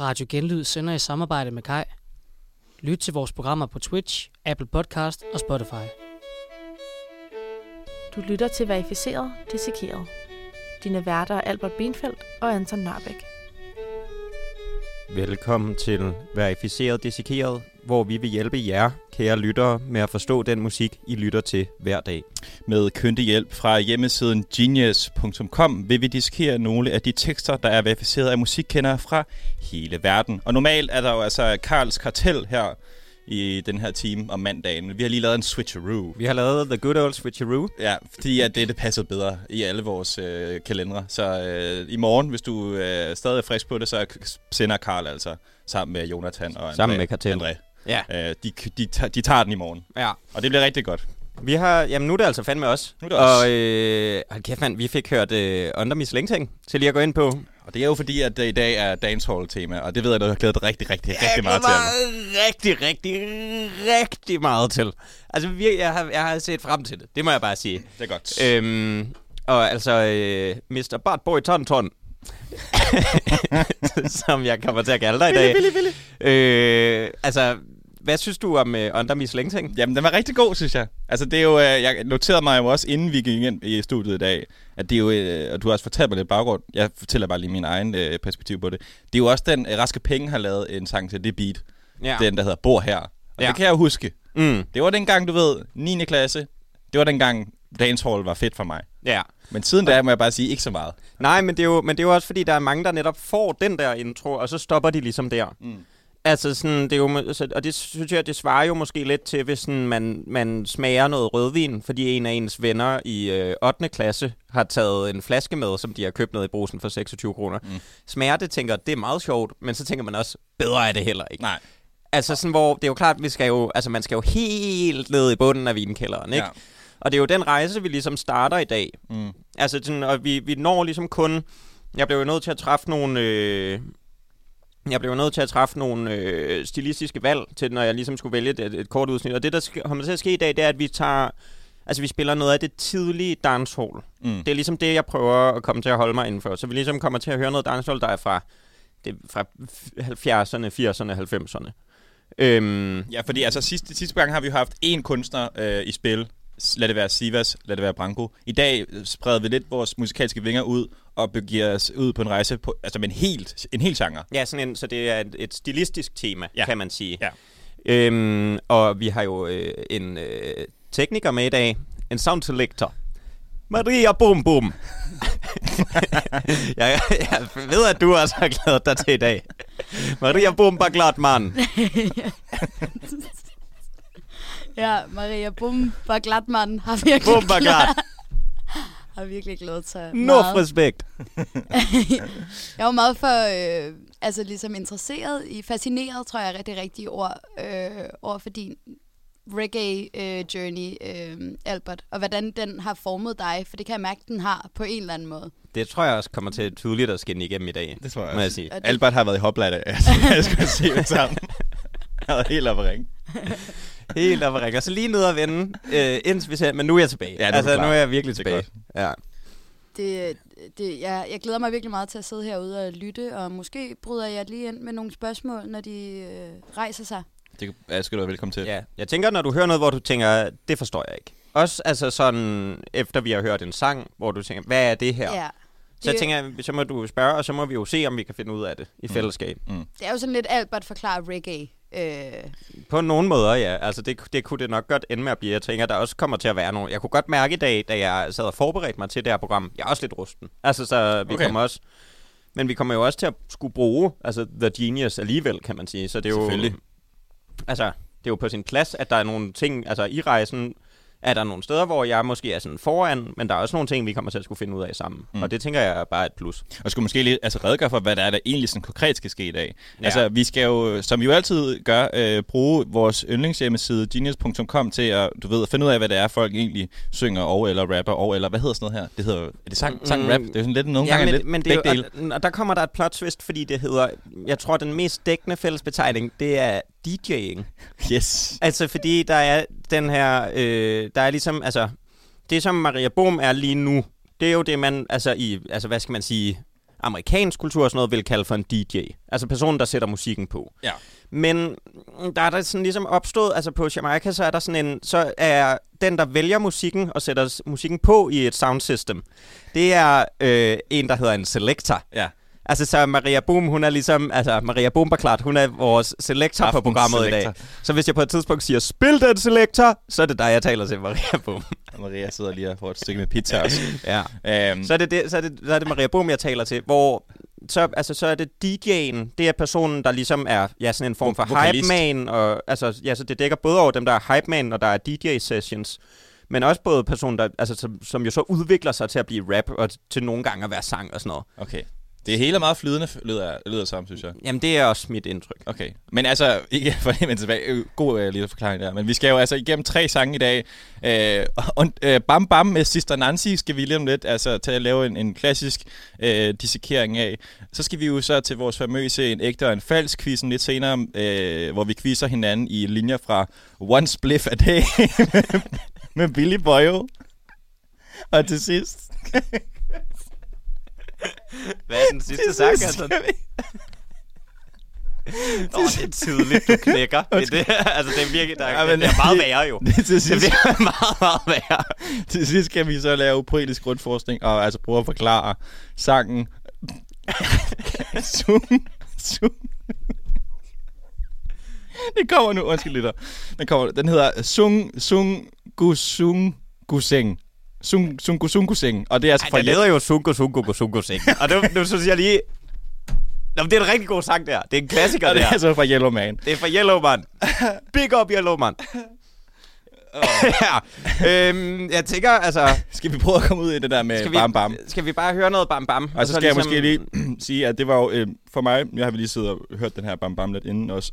Radio Genlyd sender i samarbejde med Kai. Lyt til vores programmer på Twitch, Apple Podcast og Spotify. Du lytter til Verificeret, Dissekeret. Dine værter er Albert Benfeldt og Anton Nørbæk. Velkommen til Verificeret Dissekeret, hvor vi vil hjælpe jer, kære lyttere, med at forstå den musik, I lytter til hver dag. Med køndig hjælp fra hjemmesiden genius.com vil vi dissekere nogle af de tekster, der er verificeret af musikkendere fra hele verden. Og normalt er der jo altså Karls Kartel her i den her time om mandagen. men Vi har lige lavet en switcheroo. Vi har lavet The Good Old Switcheroo. Ja, fordi at det, det passede bedre i alle vores øh, kalendere. Så øh, i morgen, hvis du øh, stadig er frisk på det, så k- sender Karl altså sammen med Jonathan og André. Sammen med Kartel. André. Ja. Øh, de, de, tager- de tager den i morgen, Ja. og det bliver rigtig godt. Vi har, jamen nu er det altså fandme os. Nu er det os. Og øh, hold kæft mand, vi fik hørt øh, Under Miss Længting til lige at gå ind på. Og det er jo fordi, at det i dag er dancehall-tema, og det ved jeg, at du har glædet dig rigtig, rigtig, rigtig meget til. Anna. rigtig, rigtig, rigtig meget til. Altså vi, jeg, har, jeg har set frem til det, det må jeg bare sige. Det er godt. Øh. Øhm, og altså, øh, Mr. Bart Boy Ton Ton, som jeg kommer til at kalde dig i dag. Ville, ville, ville. Øh, altså, hvad synes du om øh, Under Miss Længting? Jamen, den var rigtig god, synes jeg. Altså, det er jo, øh, jeg noterede mig jo også, inden vi gik ind i studiet i dag, at det er jo, øh, og du har også fortalt mig lidt baggrund, jeg fortæller bare lige min egen øh, perspektiv på det. Det er jo også den, øh, Raske Penge har lavet en sang til det beat, Ja. ja. den der hedder Bor Her. Og Ja. ja. det kan jeg jo huske. Mm, Det var dengang, du ved, 9. klasse. Det var dengang, dancehall var fedt for mig. ja. Men siden da må jeg bare sige, ikke så meget. Nej, men det, er jo, men det er jo også fordi, der er mange, der netop får den der intro, og så stopper de ligesom der. Mm. Altså sådan, det er jo, må- så, og det synes jeg, det svarer jo måske lidt til, hvis sådan, man, man smager noget rødvin, fordi en af ens venner i øh, 8. klasse har taget en flaske med, som de har købt ned i brusen for 26 kroner. Mm. Smager det, tænker, det er meget sjovt, men så tænker man også, bedre er det heller ikke. Nej. Altså sådan, hvor det er jo klart, vi skal jo, altså man skal jo helt ned i bunden af vinkælderen, ikke? Ja. Ja. Og det er jo den rejse, vi ligesom starter i dag. Mm. Altså sådan, og vi, vi når ligesom kun, jeg blev jo nødt til at træffe nogle, øh, jeg blev jo nødt til at træffe nogle øh, stilistiske valg til, når jeg ligesom skulle vælge et, et kort udsnit. Og det, der sk- kommer til at ske i dag, det er, at vi tager, altså vi spiller noget af det tidlige dancehall. Mm. Det er ligesom det, jeg prøver at komme til at holde mig inden for. Så vi ligesom kommer til at høre noget dancehall, der er fra, det, er fra f- 70'erne, 80'erne, 90'erne. Øhm, Ja, fordi altså sidste, sidste gang har vi jo haft én kunstner øh, i spil. S- Lad det være Sivas, lad det være Branko. I dag øh, spreder vi lidt vores musikalske vinger ud og begiver os ud på en rejse på, altså med en helt, en helt genre. Ja, sådan en, så det er et, et stilistisk tema, ja. Ja. kan man sige. Ja. Øhm, og vi har jo øh, en øh, tekniker med i dag, en sound selector. Maria Bum Bum. jeg, jeg ved, at du også har glædet dig til i dag. Maria Bum Baglatman. Ja, Maria Bum var glatmand har virkelig, Bum Baglat. har virkelig glædet sig Nord meget. respekt. Jeg var meget for, øh, altså ligesom interesseret i, fascineret tror jeg er det rigtige ord, øh, over for din reggae-journey, øh, Albert, og hvordan den har formet dig, for det kan jeg mærke, den har på en eller anden måde. Det tror jeg også kommer til tydeligt at skinne igennem i dag. Det tror jeg Må jeg også. sige. Og det- Albert har været i hopla i dag, altså, jeg skulle sige det sammen. Jeg var helt oppe at ringe. Helt op og rækker. Så lige ned og vende, øh, indtil vi ser, men nu er jeg tilbage. Ja, nu er du altså, nu klar. er jeg virkelig Det er tilbage. Ja. Det, det, jeg, jeg glæder mig virkelig meget til at sidde herude og lytte, og måske bryder jeg lige ind med nogle spørgsmål, når de øh, rejser sig. Det ja, skal du være velkommen til. Ja, jeg tænker, når du hører noget, hvor du tænker, det forstår jeg ikke. Også altså sådan, efter vi har hørt en sang, hvor du tænker, hvad er det her? Ja. Så jeg Det- tænker, jeg, så må du spørge, og så må vi jo se, om vi kan finde ud af det i fællesskab. Mm. Det er jo sådan lidt Albert forklarer reggae. Øh, På nogle måder, ja. Altså, det, det kunne det nok godt ende med at blive. Jeg tænker, der også kommer til at være nogle... Jeg kunne godt mærke i dag, da jeg sad og forberedte mig til det her program, jeg er også lidt rusten. Altså, så vi okay. Okay. kommer også... Men vi kommer jo også til at skulle bruge altså, The Genius alligevel, kan man sige. Så det er jo... Selvfølgelig. Altså, det er jo på sin plads, at der er nogle ting... Altså, i rejsen er der nogle steder, hvor jeg måske er sådan foran, men der er også nogle ting, vi kommer til at skulle finde ud af sammen. Mm. Og det tænker jeg er bare et plus. Og skulle måske lige altså, redegøre for, hvad der er, der egentlig sådan konkret skal ske i dag. Ja. Ja. Altså, vi skal jo, som vi jo altid gør, øh, bruge vores yndlingshjemmeside, genius.com, til at, du ved, finde ud af, hvad det er, folk egentlig synger og eller rapper og eller, hvad hedder sådan noget her? Det hedder, er det sang, sang rap? Det er jo sådan lidt, nogle gange Mm. men, lidt men det begge er dele. jo, og, og der kommer der et plot twist, fordi det hedder, jeg tror den mest dækkende fællesbetegning, det er DJ'ing. Yes. Altså fordi der er den her, øh, der er ligesom, altså, det som Maria Bohm er lige nu, det er jo det man, altså i, altså hvad skal man sige, amerikansk kultur og sådan noget vil kalde for en DJ. Altså personen, der sætter musikken på. Ja. Men der er der sådan ligesom opstået, altså på Jamaica, så er der sådan en, så er den, der vælger musikken og sætter s- musikken på i et soundsystem, det er øh, en, der hedder en selector. Ja. Altså, så Maria Boom, hun er ligesom, altså Maria Boom klart, hun er vores selektor på Aftens programmet i selektor. dag. Så hvis jeg på et tidspunkt siger, spil den selektor, så er det dig, jeg taler til, Maria Boom. Og Maria sidder lige og får et stykke med pizza også. ja. Øhm, Mm. Så er det, det, så er det, så er det Maria Boom, jeg taler til, hvor så, altså, så er det DJ'en, det er personen, der ligesom er ja, sådan en form for Vokalist. hype man, og, altså, ja, så det dækker både over dem, der er hype man, og der er DJ-sessions, men også både personen, der, altså, som, som jo så udvikler sig til at blive rap, og til nogle gange at være sang og sådan noget. okay. Det er hele meget flydende, f- lyder, lyder sammen, synes jeg. Jamen, det er også mit indtryk. Okay. Men altså, ikke for det, men tilbage. Øh, God øh, lille forklaring der. Men vi skal jo altså igennem tre sange i dag. Øh, og, øh, bam Bam med Sister Nancy skal vi lige om lidt altså, til at lave en, en klassisk øh, dissekering af. Så skal vi jo så til vores famøse En ægte og en falsk quizzen lidt senere, øh, hvor vi quizzer hinanden i linjer fra One Spliff a Day med Billy Boyle. Og til sidst... Hvad er den sidste sang, til sidst altså? skal vi- Nå, det er tydeligt, du knækker. Det, er det, altså, det er virkelig, der, Ja, ja, men- men, det er meget værre jo. Det til sidst bliver meget, meget værre. Til sidst kan vi så lave poetisk grundforskning og altså prøve at forklare sangen. Zoom. Zoom. Det kommer nu, undskyld lytter. Den, kommer, den hedder Sung Sung Gusung Guseng. Sung Sung Gusung Guseng. Og det er altså Ej, fra den hedder jo Sunko, Sunko på Sunko Sing. Og nu, nu synes jeg lige... Nå, men det er en rigtig god sang, der. Det er en klassiker, og det det er her. altså fra Yellow Man. Det er fra Yellow Man. Big up Yellow Man. ja. Øhm, jeg tænker, altså... Skal vi prøve at komme ud i det der med Skal vi, Øh, bam bam? skal vi bare høre noget bam bam? Og så skal ligesom... jeg måske lige sige, at det var jo øh, for mig, jeg har lige siddet og hørt den her Bam Bam lidt inden også,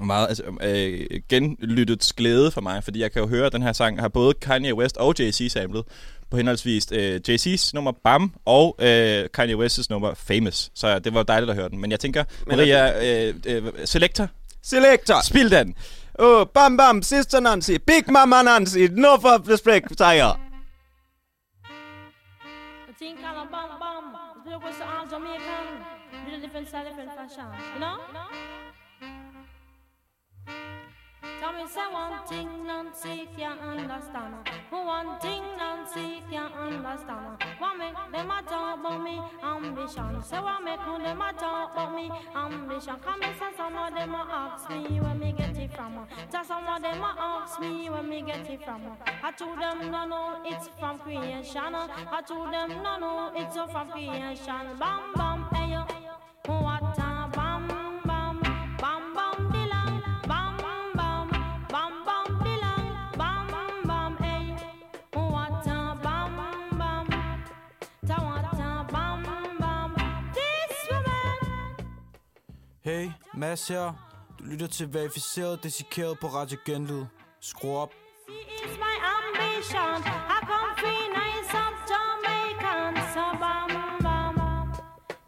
meget altså, øh, genlyttets glæde for mig, fordi jeg kan jo høre, at den her sang har både Kanye West og Jay-Z samlet på henholdsvis øh, Jay-Z's nummer Bam og øh, Kanye West's nummer Famous. Så det var dejligt at høre den. Men jeg tænker, Men Maria, øh, øh, Selector, Selector. spil den! Oh, bam bam, sister Nancy. Big mama Nancy. No for respect, sejr. I think I'm a bomb bomb. The people goes to all Jamaican. Little different style, different fashion. You know? Tell me, say one thing Nancy can't understand. One thing Nancy can't understand. What make them a talk about me ambition? Say what make who them a talk about me ambition? Come and say some of them a ask me where me get it from. Just some of them a ask me where me get it from. I told them no no it's from creation. I told them no no it's from creation. Bam bam hey yo, what a bam bam bam bam dilang bam bam bam bam dilang bam bam hey what a bam bam ta what a bam bam this woman Hey, Mads her. Du lytter til verificeret desikeret på Radio Genlyd. Skru op. She is my ambition. I come free nice of Jamaican. So bam bam.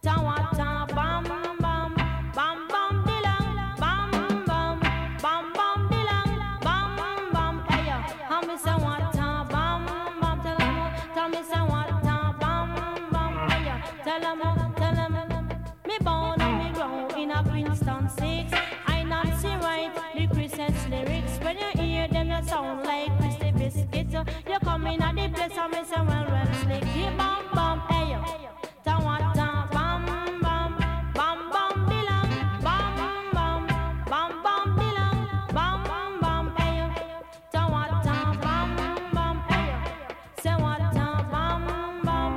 Tawata bam bam. Bam bam dilang. Bam bam. Bam bam dilang. Bam bam. Hey yo. Tell me say what a bam bam. Tell 'em, Tell me say what a bam bam. Hey yo. Tell 'em, Tell 'em. Me born and me grow in a Princeton six. I not see right the Christian's lyrics. When you hear them, you sound like Christy Biscuit. You come in at the place and me say, well, well, slick. Hey, bam, bam, hey, yo. Ta wa ta, bam, bam, bam, bam, dilang. Bam, bam, bam, bam, dilang. Bam, bam, hey, yo. Ta wa ta, bam, bam, hey, yo. Say wa ta, bam, bam.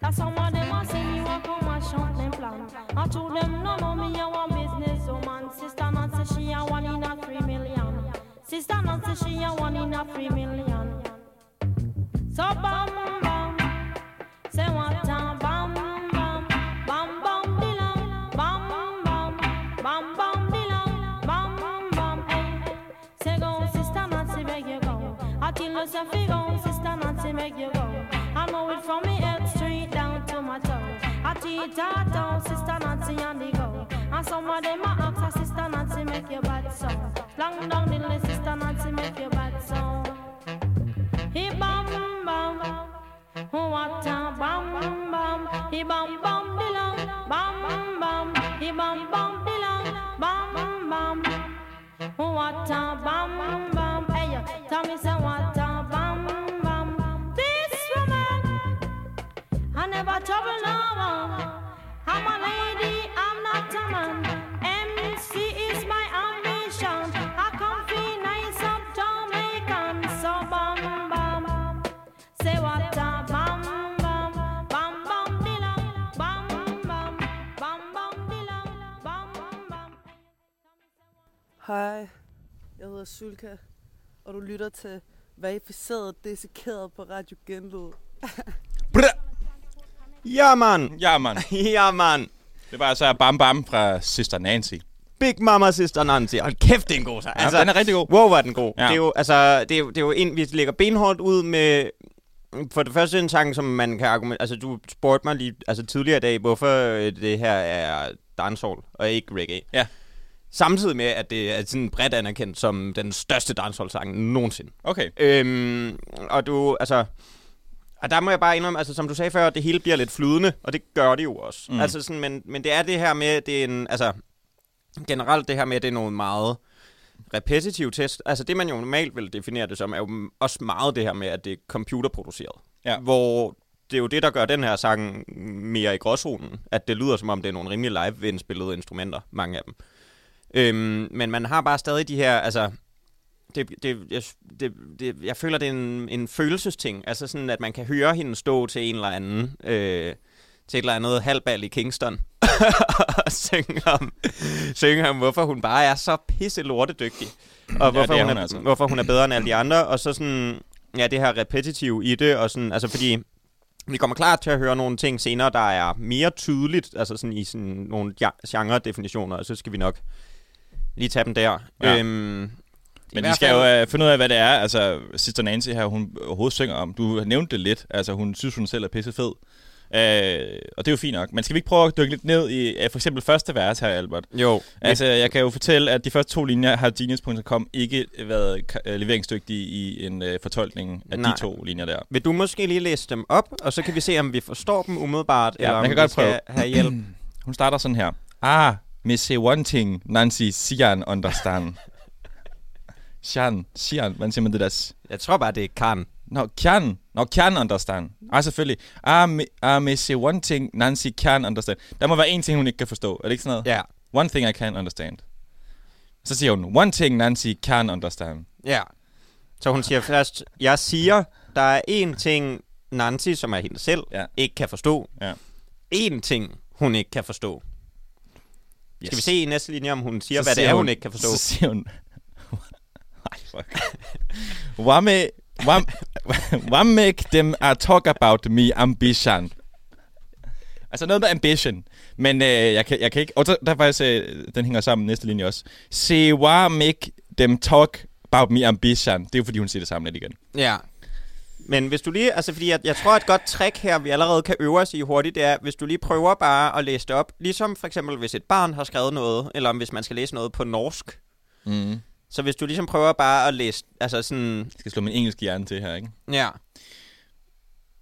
That's how one them a see me walk on my shop them plan. I told them no no me a one business woman. Sister Nancy she a one in a three million. Sister Nancy she a one in a three million. So bam bam. Say what time bam bam bam bam dilam bam bam bam bam dilam bam bam hey Say go sister Nancy make you go I tell you say fi go sister Nancy make you go I know it from me head straight down to my toe I teach her down sister Nancy on the go And some of them a ask her sister Nancy make you bad so Long down the list sister Nancy make you bad so He bam bam, what a bam bam. He bam bam bum bum dilang, bum bum. What a bum bum, hey, Tommy say what a bum bum. This woman, I never trouble no one. I'm a lady, I'm not a man. MC is my ambition. I come free nice of Jamaican, so bum bum. Say what a bum bum, bum bum dilang, bum bum, bum bum dilang, bum bum. Hej, jeg hedder Sulka, og du lytter til verificeret dissekeret på Radio Genlyd. Ja, man. Ja, mand. Ja, man. Det var altså Bam Bam fra Sister Nancy. Big Mama Sister Nancy. Hold kæft, det er en god sang. Altså, Ja, den er rigtig god. Wow, var den god. Ja. Ja. Det er jo, altså, det er, jo- det er jo en, vi lægger benhårdt ud med... mm, For det første en sang, som man kan argumentere... Altså, du spurgte mig lige altså, tidligere i dag, hvorfor øh, det her er dancehall og ikke reggae. Ja. Samtidig med, at det er sådan bredt anerkendt som den største dancehall-sang nogensinde. Okay. Øhm, og du, altså... Og der må jeg bare indrømme, altså som du sagde før, det hele bliver lidt flydende, og det gør det jo også. Mm. Mm. Altså sådan, men, men det er det her med, det er en, altså generelt det her med, det er noget meget repetitiv test. Altså det, man jo normalt vil definere det som, er jo også meget det her med, at det er computerproduceret. Ja. Hvor det er jo det, der gør den her sang mere i gråzonen, at det lyder som om, det er nogle rimelig live-indspillede instrumenter, mange af dem. Øhm, men man har bare stadig de her, altså, det, det, jeg, det, det, jeg føler, det er en, en følelsesting. Altså sådan, at man kan høre hende stå til en eller anden, øh, til et eller andet halvbal i Kingston, og synge om, synge om, hvorfor hun bare er så pisse lortedygtig. Og hvorfor, det er hun hun er, altså. hvorfor hun er bedre end alle de andre. Og så sådan, ja, det her repetitiv i det, og sådan, altså fordi... Vi kommer klart til at høre nogle ting senere, der er mere tydeligt, altså sådan i sådan nogle ja- genre-definitioner, og så skal vi nok lige tage dem der. Ja. Øhm, Men hvert vi skal fald- jo uh, finde ud af, hvad det er, altså Sister Nancy her, hun overhovedet synger om. Du nævnte det lidt, altså hun synes, hun selv er pisse fed. Uh, og det er jo fint nok. Men skal vi ikke prøve at dykke lidt ned i uh, for eksempel første vers her, Albert? Jo. Altså, jeg kan jo fortælle, at de første to linjer har Genius.com ikke været ka- øh, leveringsdygtige i en øh, fortolkning af Nej. de to linjer der. Vil du måske lige læse dem op, og så kan vi se, om vi forstår dem umiddelbart, Ja, eller om jeg kan vi godt skal prøve. have hjælp. Hun starter sådan her. Ah, me say one thing, Nancy Sian understand. Sian, Sian, man siger man det der? Jeg tror bare, det er Karen. Nå, Kjern. Nå, Kjern understand. Ah, selvfølgelig. Ah, me, ah, me say one thing, Nancy Kjern understand. Der må være en ting, hun ikke kan forstå. Er det ikke sådan noget? Ja. One thing I can understand. Så siger hun, one thing Nancy can understand. Ja. Så hun siger først, jeg siger, der er én ting, Nancy, som er hende selv, Ja. ja. ikke kan forstå. Ja. Én ting, hun ikke kan forstå. Yes. Skal vi se i næste linje, om hun siger, Så så hvad det siger er, hun, hun ikke kan forstå? Så siger hun... Ej, fuck. Wamme... Wamme... Wamme dem are talk about me ambition. Altså noget med ambition. Men øh, jeg, kan, jeg kan ikke... Og der, der er faktisk... Øh, den hænger sammen næste linje også. Se wamme dem talk about me ambition. Det er jo fordi, hun siger det samme lidt igen. Ja. Men hvis du lige, altså fordi jeg, jeg tror et godt trick her, vi allerede kan øve os i hurtigt, det er, hvis du lige prøver bare at læse det op, ligesom for eksempel hvis et barn har skrevet noget, eller om hvis man skal læse noget på norsk, Mm. så hvis du ligesom prøver bare at læse, altså sådan, Jeg skal slå min engelske hjerne til her, ikke? ja.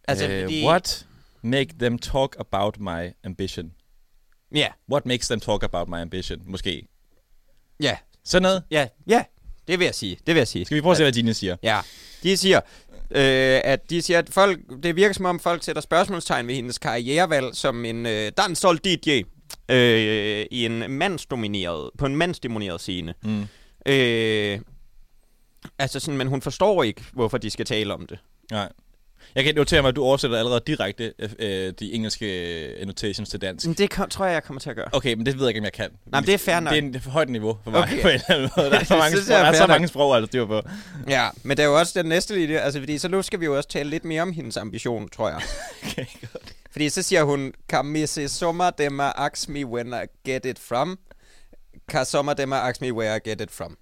Altså, Øh, fordi, What make them talk about my ambition? Ja, What makes them talk about my ambition? Måske. ja, Sådan noget. ja, ja, det vil jeg sige, det vil jeg sige. Skal vi prøve at se, hvad Dine siger? Ja, de siger, øh, at de siger, at folk, det virker som om folk sætter spørgsmålstegn ved hendes karrierevalg som en øh, dancehall DJ øh, i en mandsdomineret, på en mandsdomineret scene. Mm. Øh, altså sådan, men hun forstår ikke, hvorfor de skal tale om det. Nej. Jeg kan notere mig, at du oversætter allerede direkte øh, øh, de engelske øh, annotations til dansk. Men det kom, tror jeg, jeg kommer til at gøre. Okay, men det ved jeg ikke, om jeg kan. Nej, men det er fair nok. Det er en det er for højt niveau for mig. Okay. Okay. På en eller anden måde. Der er så Det mange, synes sprog, jeg er der er så fair nok. mange sprog, altså, det var på. Ja, men der er jo også den næste linje, altså fordi så nu skal vi jo også tale lidt mere om hendes ambition, tror jeg. Okay, Fordi så siger hun, kan misse sommer dem at ask me when I get it from? Kan sommer dem at ask me where I get it from?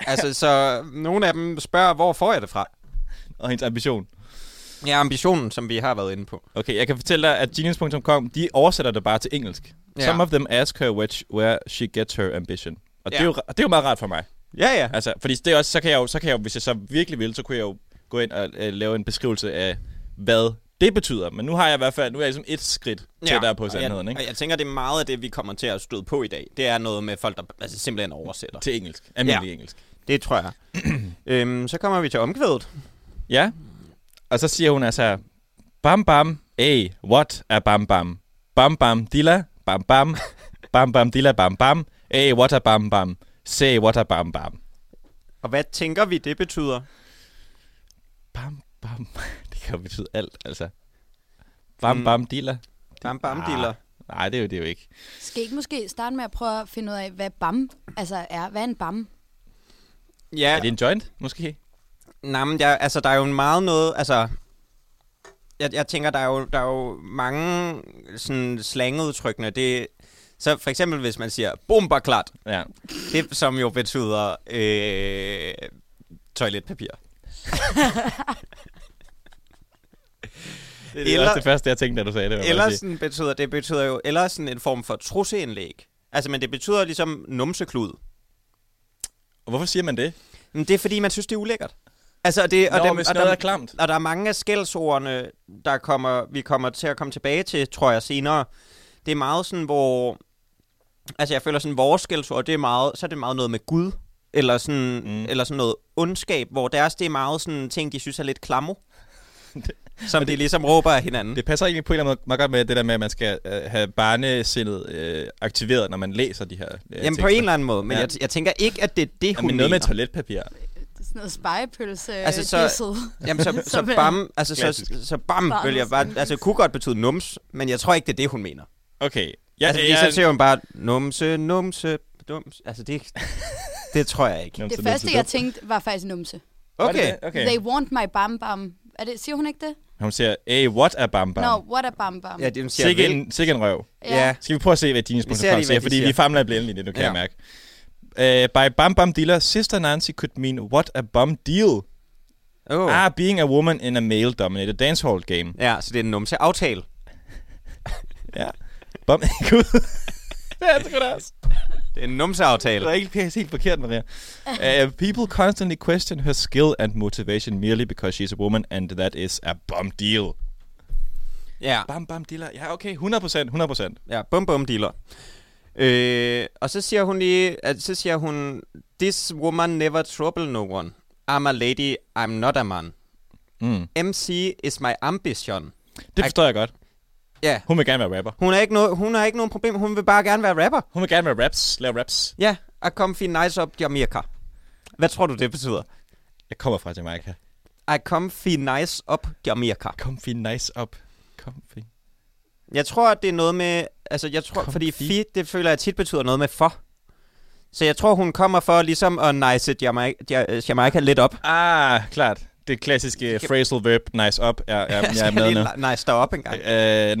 altså, så nogle af dem spørger, hvor får jeg det fra? Og hendes ambition. Ja, ambitionen, som vi har været inde på. Okay, jeg kan fortælle dig, at genius.com, de oversætter det bare til engelsk. Ja. Some of them ask her which, where she gets her ambition. Og det, er Ja. jo, og det er jo meget rart for mig. Ja, ja. Altså, fordi det er også, så kan, jeg jo, så kan jeg jo, hvis jeg så virkelig vil, så kunne jeg jo gå ind og øh, lave en beskrivelse af, hvad det betyder. Men nu har jeg i hvert fald nu er jeg ligesom et skridt tættere på og sandheden, jeg, ikke? Og jeg tænker, det er meget af det, vi kommer til at støde på i dag. Det er noget med folk, der altså, simpelthen oversætter. Til engelsk. Almindelig ja. engelsk. Det tror jeg. øhm, så kommer vi til omkvædet. Ja. Og så siger hun altså, bam bam, hey, what a bam bam? Bam bam dilla, bam bam, bam bam dilla, bam bam, hey, what a bam bam, say what a bam bam. Og hvad tænker vi, det betyder? Bam bam, det kan jo betyde alt, altså. Bam Mm. bam dilla. Bam bam dealer. Nej, det er jo det er jo ikke. Skal I ikke måske starte med at prøve at finde ud af, hvad bam altså er? Hvad er en bam? Ja, Er det en joint, måske? Nej, men jeg, altså, der er jo en meget noget, altså... Jeg, jeg tænker, der er jo, der er jo mange sådan slangudtrykkene. Det, så for eksempel, hvis man siger bomberklat, Ja. det som jo betyder øh, toiletpapir. Det er eller, også det første, jeg tænkte, da du sagde det. vil jeg bare Eller sige. sådan betyder, det betyder jo, eller sådan en form for trusseindlæg. Altså, men det betyder ligesom numseklud. Og hvorfor siger man det? Men det er fordi, man synes, det er ulækkert. Altså, og det, og Nå, dem- hvis og noget dem- er klamt. Og der er mange af skældsordene, der kommer, vi kommer til at komme tilbage til, tror jeg, senere. Det er meget sådan, hvor... Altså, jeg føler sådan, vores skældsord, det er meget, så er det meget noget med Gud. Eller sådan, Mm. mm. eller sådan noget ondskab, hvor deres, det er meget sådan ting, de synes er lidt klammer. som de ligesom råber af hinanden. Det passer egentlig på en eller anden måde meget godt med det der med, at man skal øh, have barnesindet øh, aktiveret, når man læser de her øh, Jamen på en eller anden måde, men Ja. ja. jeg, jeg tænker ikke, at det er det, hun Jamen, noget med mener. toiletpapir. Det er sådan noget spejepølse Altså, altså, så- så... Jamen så, så Som er bam, altså så, klassisk. så bam, vil jeg bare, Barnets altså kunne godt betyde nums, men jeg tror ikke, det er det, hun mener. Okay. Ja, Jeg, altså, fordi så siger hun bare, numse, numse, numse. Altså, det, det tror jeg ikke. Det første, jeg tænkte, var faktisk numse. Okay. okay. They want my bam bam. Er det, siger hun ikke det? Hun siger, hey, what a bam bam. Nå, no, what a bam bam. Ja, det hun siger Sikke vel. en, sikke en røv. Ja. Skal vi prøve at se, hvad din ser lige, sponsor hvad siger, de fordi siger. vi famler i blinde lige nu, kan Ja. jeg mærke. Uh, by Bam Bam Dealer, Sister Nancy could mean what a bum deal Oh. are being a woman in a male-dominated dancehall game. Ja, så det er en numse aftale. Ja. Bum. Gud. det er det sgu da også. Det er en numse Det er aftale. ikke helt, helt forkert, Maria. Uh, people constantly question her skill and motivation merely because she's a woman, and that is a bum deal. Ja, Bam, bam, dealer. Ja, okay. 100%, 100%. ja, bum bum dealer. Øh, og så siger hun lige, at så siger hun, This woman never trouble no one. I'm a lady, I'm not a man. Mm. MC is my ambition. Det forstår jeg godt. Ja, Hun vil gerne være rapper. hun har ikke, noget, hun har ikke nogen problem, hun vil bare gerne være rapper. Hun vil gerne være raps, lave raps. Ja, og come feel nice up Jamaica. Hvad tror du, det betyder? Jeg kommer fra Jamaica. I come feel nice up Jamaica. Comfy nice up. Comfy. Jeg tror, at det er noget med... Altså, jeg tror, fordi Comfy. fi, det føler jeg tit betyder noget med for. Så jeg tror, hun kommer for ligesom at nice Jamaica, ja, øh, Jamaica lidt op. Ah, klart. Det klassiske phrasal verb, nice up. Ja, ja, jeg er Skal med nu. lige li- nice derop en gang.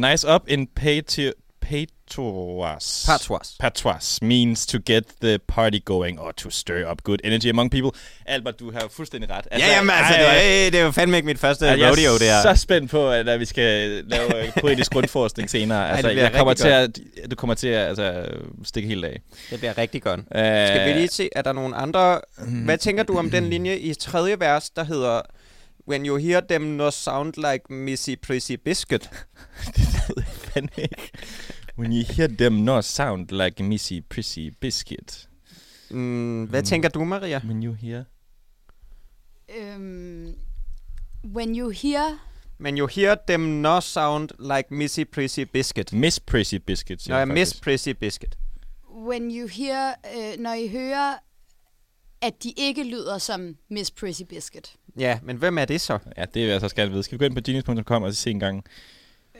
Uh, nice up in patio- patois. Patois. Patois means to get the party going or to stir up good energy among people. Albert, du har fuldstændig ret. Ja, jamen altså, det, ej, er, øh, det er jo fandme ikke mit første ej, rodeo, det Jeg her. er så spændt på, at, at vi skal lave øh, poetisk grundforskning senere. Altså, bliver jeg kommer rigtig til at, du kommer til at altså, stikke helt af. Det bliver rigtig godt. Uh, Skal vi lige se, er der nogen andre... Hvad tænker du om den linje i tredje vers, der hedder... When you hear them no sound like Missy Prissy Biscuit. ved jeg fandme ikke. When you hear them not sound like Missy Prissy Biscuit. Mm, hvad Mm. tænker du, Maria? When you hear... Øhm, when you hear... Men you hear them no sound like Missy Prissy Biscuit. Miss Prissy Biscuit, siger Nå, jeg jeg Miss faktisk. Prissy Biscuit. When you hear... Øh, når I hører, at de ikke lyder som Miss Prissy Biscuit. Ja, men hvem er det så? Ja, det vil jeg så gerne vide. Skal vi gå ind på genius.com og se en gang?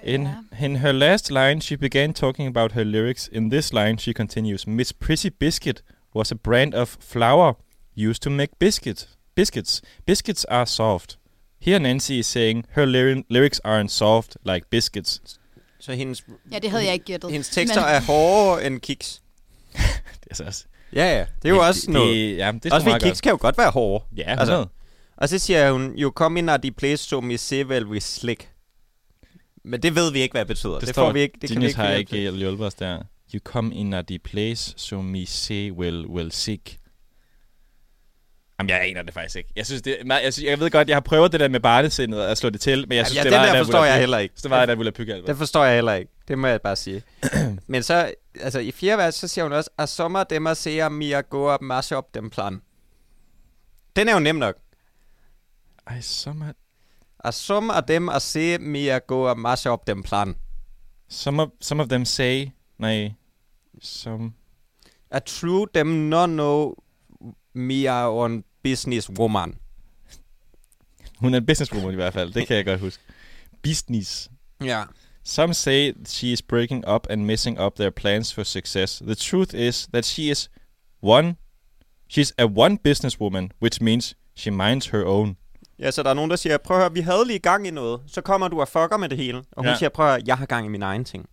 In, in her last line, she began talking about her lyrics. In this line, she continues, Miss Prissy Biscuit was a brand of flour used to make biscuit. biscuits. Biscuits are soft. Here Nancy is saying, her lyri- lyrics aren't soft like biscuits. Så hendes, Ja, det havde jeg ikke gættet. hendes tekster er hårdere end kiks. Det er så også... Ja, ja. Det er jo også det, noget. Det, ja, det også er også meget fordi kiks godt. kan jo godt være hårde. Ja, Altså, altså, Og så siger hun, you come in at the place so me say well we slick. Men det ved vi ikke, hvad det betyder. Det, det får vi ikke. Det kan vi Genius ikke har finde ikke ud af. hjulpet os der. You come in at the place, so me say will will seek. Jamen, jeg aner det faktisk ikke. Jeg synes, det er meget, jeg, synes, jeg ved godt, jeg har prøvet det der med barnesindet at slå det til, men jeg synes, ja, det den var der et forstår Abula- jeg heller ikke. Så det var et Abula Pyg album. Det forstår jeg heller ikke. Det må jeg bare sige. Men så, altså i fjerde vers, så siger hun også, at sommer dem at se, om jeg går op, masse op dem plan. Den er jo nem nok. Ej, sommer... At som af dem at se mere gå og masse op dem plan. Some of, some of them say... Nej. Some... At true dem no know mere on business woman. Hun er en businesswoman i hvert fald, det kan jeg godt huske. Business. Ja. Some say she is breaking up and messing up their plans for success. The truth is that she is one. She's a one businesswoman, which means she minds her own. Ja, så der er nogen, der siger, prøv at høre, vi havde lige gang i noget. Så kommer du og fucker med det hele. Og hun Ja. ja. siger, prøv at høre, jeg har gang i min egen ting.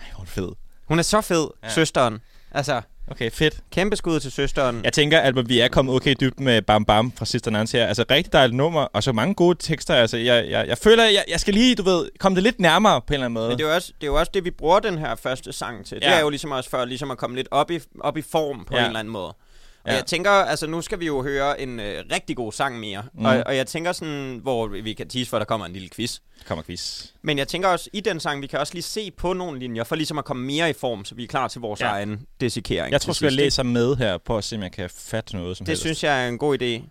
Ej, hvor er det fed. Hun er så fed, Ja. ja. søsteren. Altså, Okay, fedt. kæmpe skud til søsteren. Jeg tænker, at vi er kommet okay dybt med Bam Bam fra Sister Nancy her. Altså, rigtig dejligt nummer, og så mange gode tekster. Altså, jeg, jeg, jeg føler, jeg, jeg skal lige, du ved, komme det lidt nærmere på en eller anden måde. Men det er, jo også, det er jo også det, vi bruger den her første sang til. Ja. Ja. Det er jo ligesom også for ligesom at komme lidt op i, op i form på Ja. ja. en eller anden måde. Og Ja. ja. jeg tænker, altså nu skal vi jo høre en øh, rigtig god sang mere. Mhm. Mm. Og, og jeg tænker sådan, hvor vi kan tease for, at der kommer en lille quiz. Kommer quiz. Men jeg tænker også, i den sang, vi kan også lige se på nogle linjer, for ligesom at komme mere i form, så vi er klar til vores Ja. ja. egen desikering. Jeg til tror, sgu, jeg sidst, ikke? læser med her, på at se, om jeg kan fatte noget som Det helst. synes jeg er en god idé.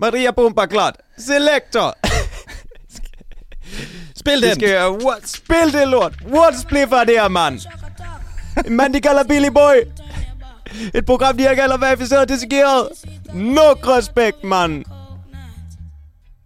Maria Bumperglot, Selector! Spil Det den! skal jeg, what? Spil det lort! What spliffer det her, mand? En mand, de kalder Billy Boy. Et program, de ikke kalder verificeret og dissekeret. No respect, mand.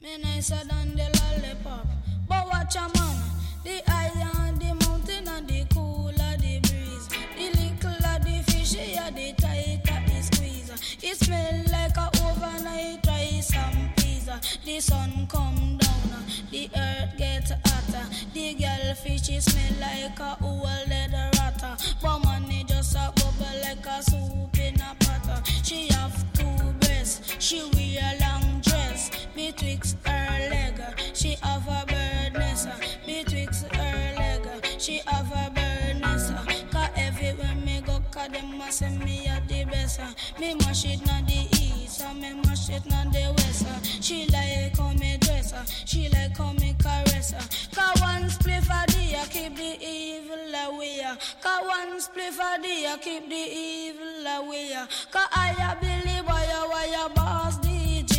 Me nicer than the lollipop. But watch a man. The higher and the mountain and the cooler the breeze. The little of the fishy and the tighter the squeeze. It smell like a overnight rice and pizza. The sun come down, the earth get hotter. The girl fishy smell like a old dead rotter. But money just a bubble like a soup in a pot. She have two breasts, she wear long dress betwixt her leg. She have a bird nest betwixt her leg. She have a bird nest. Cause everywhere me go, cause them a say me a the best. Me mash it na the east, and me mash it na the west. uh. She like how me dress, uh. she like how me caress. Cause one spliff a day, I keep the evil away. Cause one spliff a day, I keep the evil away. Cause I a Billy boy, I a boss DJ.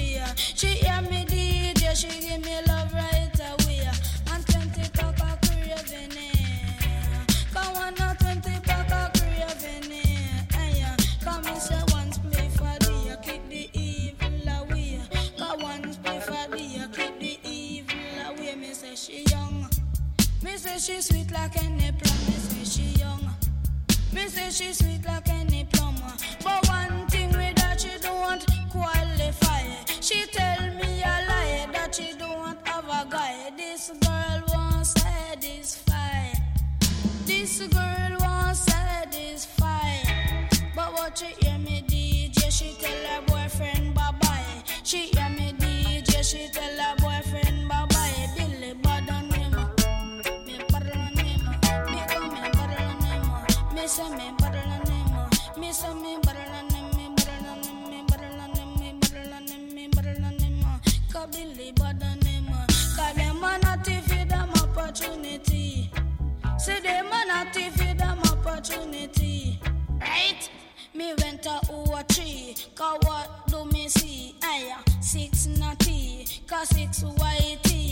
She hear me DJ, she give me love right away. And 20 pack of eh. craving it. Come on now, 20 pack of craving it. Aye. Come and say once play for the uh, keep the evil away. Come once play for the uh, keep the evil away. Me say she young. Me say she sweet like any plum. Me say she young. Me say she sweet like any plum. But one thing with her, she don't qualify. She tell me a lie that she don't have a guy. This girl won't satisfy. This girl won't satisfy. But what you hear me DJ, she tell her boyfriend bye bye. She hear me DJ, she tell her boyfriend bye bye. Billy bad on him. Me bottle on him. Me come me bottle on him. Me say me bottle on him. Me say me bottle on him. Me bottle on him. Me bottle on him. Me bottle on him. Me bottle on him. Cause Billy bad on him. Cause them a naughty feed them opportunity. See them a naughty feed them opportunity. Right? Me went to over three, cause what do me see? Aye, six naughty, cause six whitey,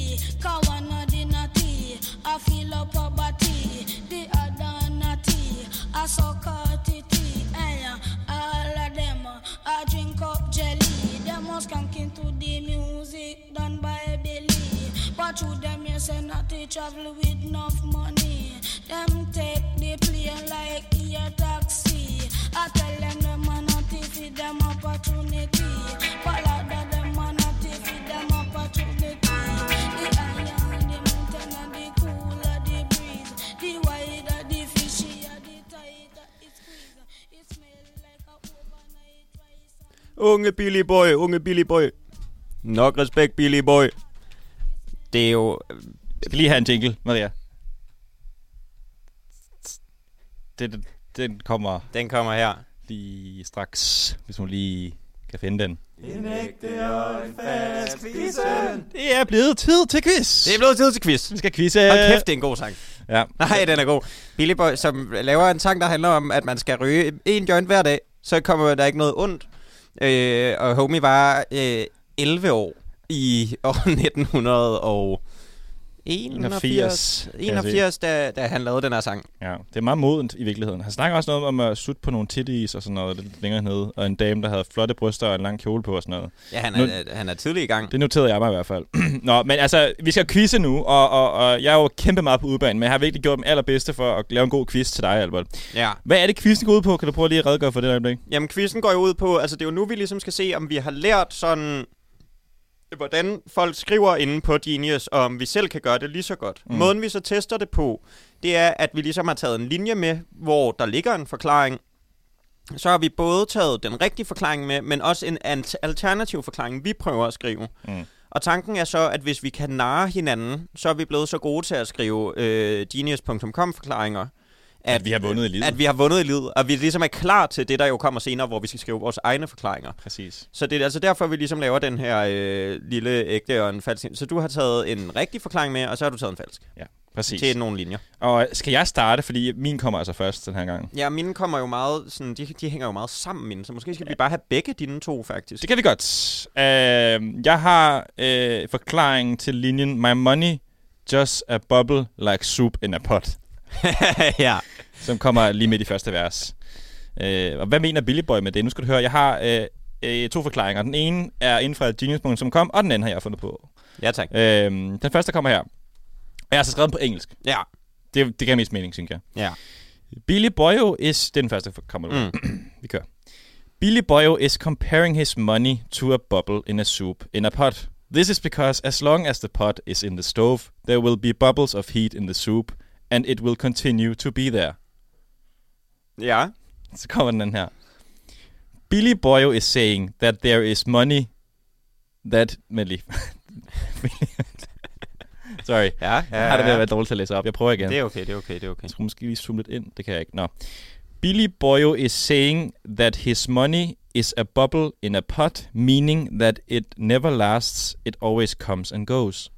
cause one of the naughty, I feel up a body, the other naughty, I suck out it, aye, all of them, uh, I drink up jelly, them was skanking to the music done by Billy, but through them you say naughty travel with enough money, them take the plane like ear taxi. I tell them them a not feed them opportunity. But rather them a not feed them opportunity. The higher the mountain and the cooler the breeze. The wider the fishier the tighter it squeeze. It smells like a overnight rice. Unge Billy Boy, unge Billy Boy. Nok respekt, Billy Boy. Det er jo... Jeg skal lige have en jingle, Maria. Den, den kommer Den kommer her. lige straks, hvis hun lige kan skal finde den. En ægte og en fast kvisen. Det er blevet tid til quiz. Det er blevet tid til quiz. Vi skal quizze. Hold kæft, det er en god sang. Ja. Nej, den er god. Billy Boy, som laver en sang, der handler om, at man skal ryge en joint hver dag, så kommer der ikke noget ondt. Øh, og Homie var øh, 11 år i år 1981, 81, kan jeg se. 81 da, da han lavede den her sang. ja. Det er meget modent i virkeligheden. Han snakker også noget om at sutte på nogle titties og sådan noget lidt længere nede. Og en dame, der havde flotte bryster og en lang kjole på og sådan noget. Ja, han er, han er tidlig i gang. Det noterede jeg mig i hvert fald. Nå, men altså, vi skal quizze nu, og, og, og jeg er jo kæmpe meget på udbanen, men jeg har virkelig gjort mit allerbedste for at lave en god quiz til dig, Albert. Ja. Hvad er det, quizzen går ud på? Kan du prøve lige at redegøre for det der øjeblik? Jamen, quizzen går jo ud på, altså det er jo nu, vi ligesom skal se, om vi har lært sådan, hvordan folk skriver inde på Genius, og om vi selv kan gøre det lige så godt. Mm. Måden, vi så tester det på, det er, at vi ligesom har taget en linje med, hvor der ligger en forklaring. Så har vi både taget den rigtige forklaring med, men også en ant- alternativ forklaring, vi prøver at skrive. Mm. Og tanken er så, at hvis vi kan narre hinanden, så er vi blevet så gode til at skrive øh, genius.com-forklaringer, At vi har vundet i livet. At vi har vundet i livet, og vi ligesom er klar til det, der jo kommer senere, hvor vi skal skrive vores egne forklaringer. Præcis. Så det er altså derfor, vi ligesom laver den her øh, lille ægte og en falsk. Så du har taget en rigtig forklaring med, og så har du taget en falsk Ja, præcis. til nogle linjer. Og skal jeg starte? Fordi min kommer altså først den her gang. Ja, mine kommer jo meget, sådan, de, de hænger jo meget sammen, mine, så måske skal ja. vi bare have begge dine to, faktisk. Det kan vi godt. Øh, jeg har øh, forklaringen til linjen My money just a bubble like soup in a pot, ja. som kommer lige midt i første vers. Øh, og hvad mener Billy Boy med det? Nu skal du høre, jeg har øh, øh, to forklaringer. Den ene er inden fra Genius.com, som kom, og den anden har jeg fundet på. ja, tak. Øh, den første kommer her. Og jeg har så skrevet den på engelsk. Ja, Det, det giver mest mening, synes jeg. ja. Billy Boyo is... Det er den første, der kommer mm. Vi kører. Billy Boyo is comparing his money to a bubble in a soup in a pot. This is because as long as the pot is in the stove, there will be bubbles of heat in the soup, and it will continue to be there. Ja. Så kommer den her. Billy Boyo is saying that there is money that... Men lige. Sorry. Ja, ja, Jeg har det ved at ja. være dårligt til at læse op. Jeg prøver igen. Det er okay, det er okay, det er okay. Jeg skulle måske lige zoome lidt ind. Det kan jeg ikke. Nå. Billy Boyo is saying that his money is a bubble in a pot, meaning that it never lasts, it always comes and goes.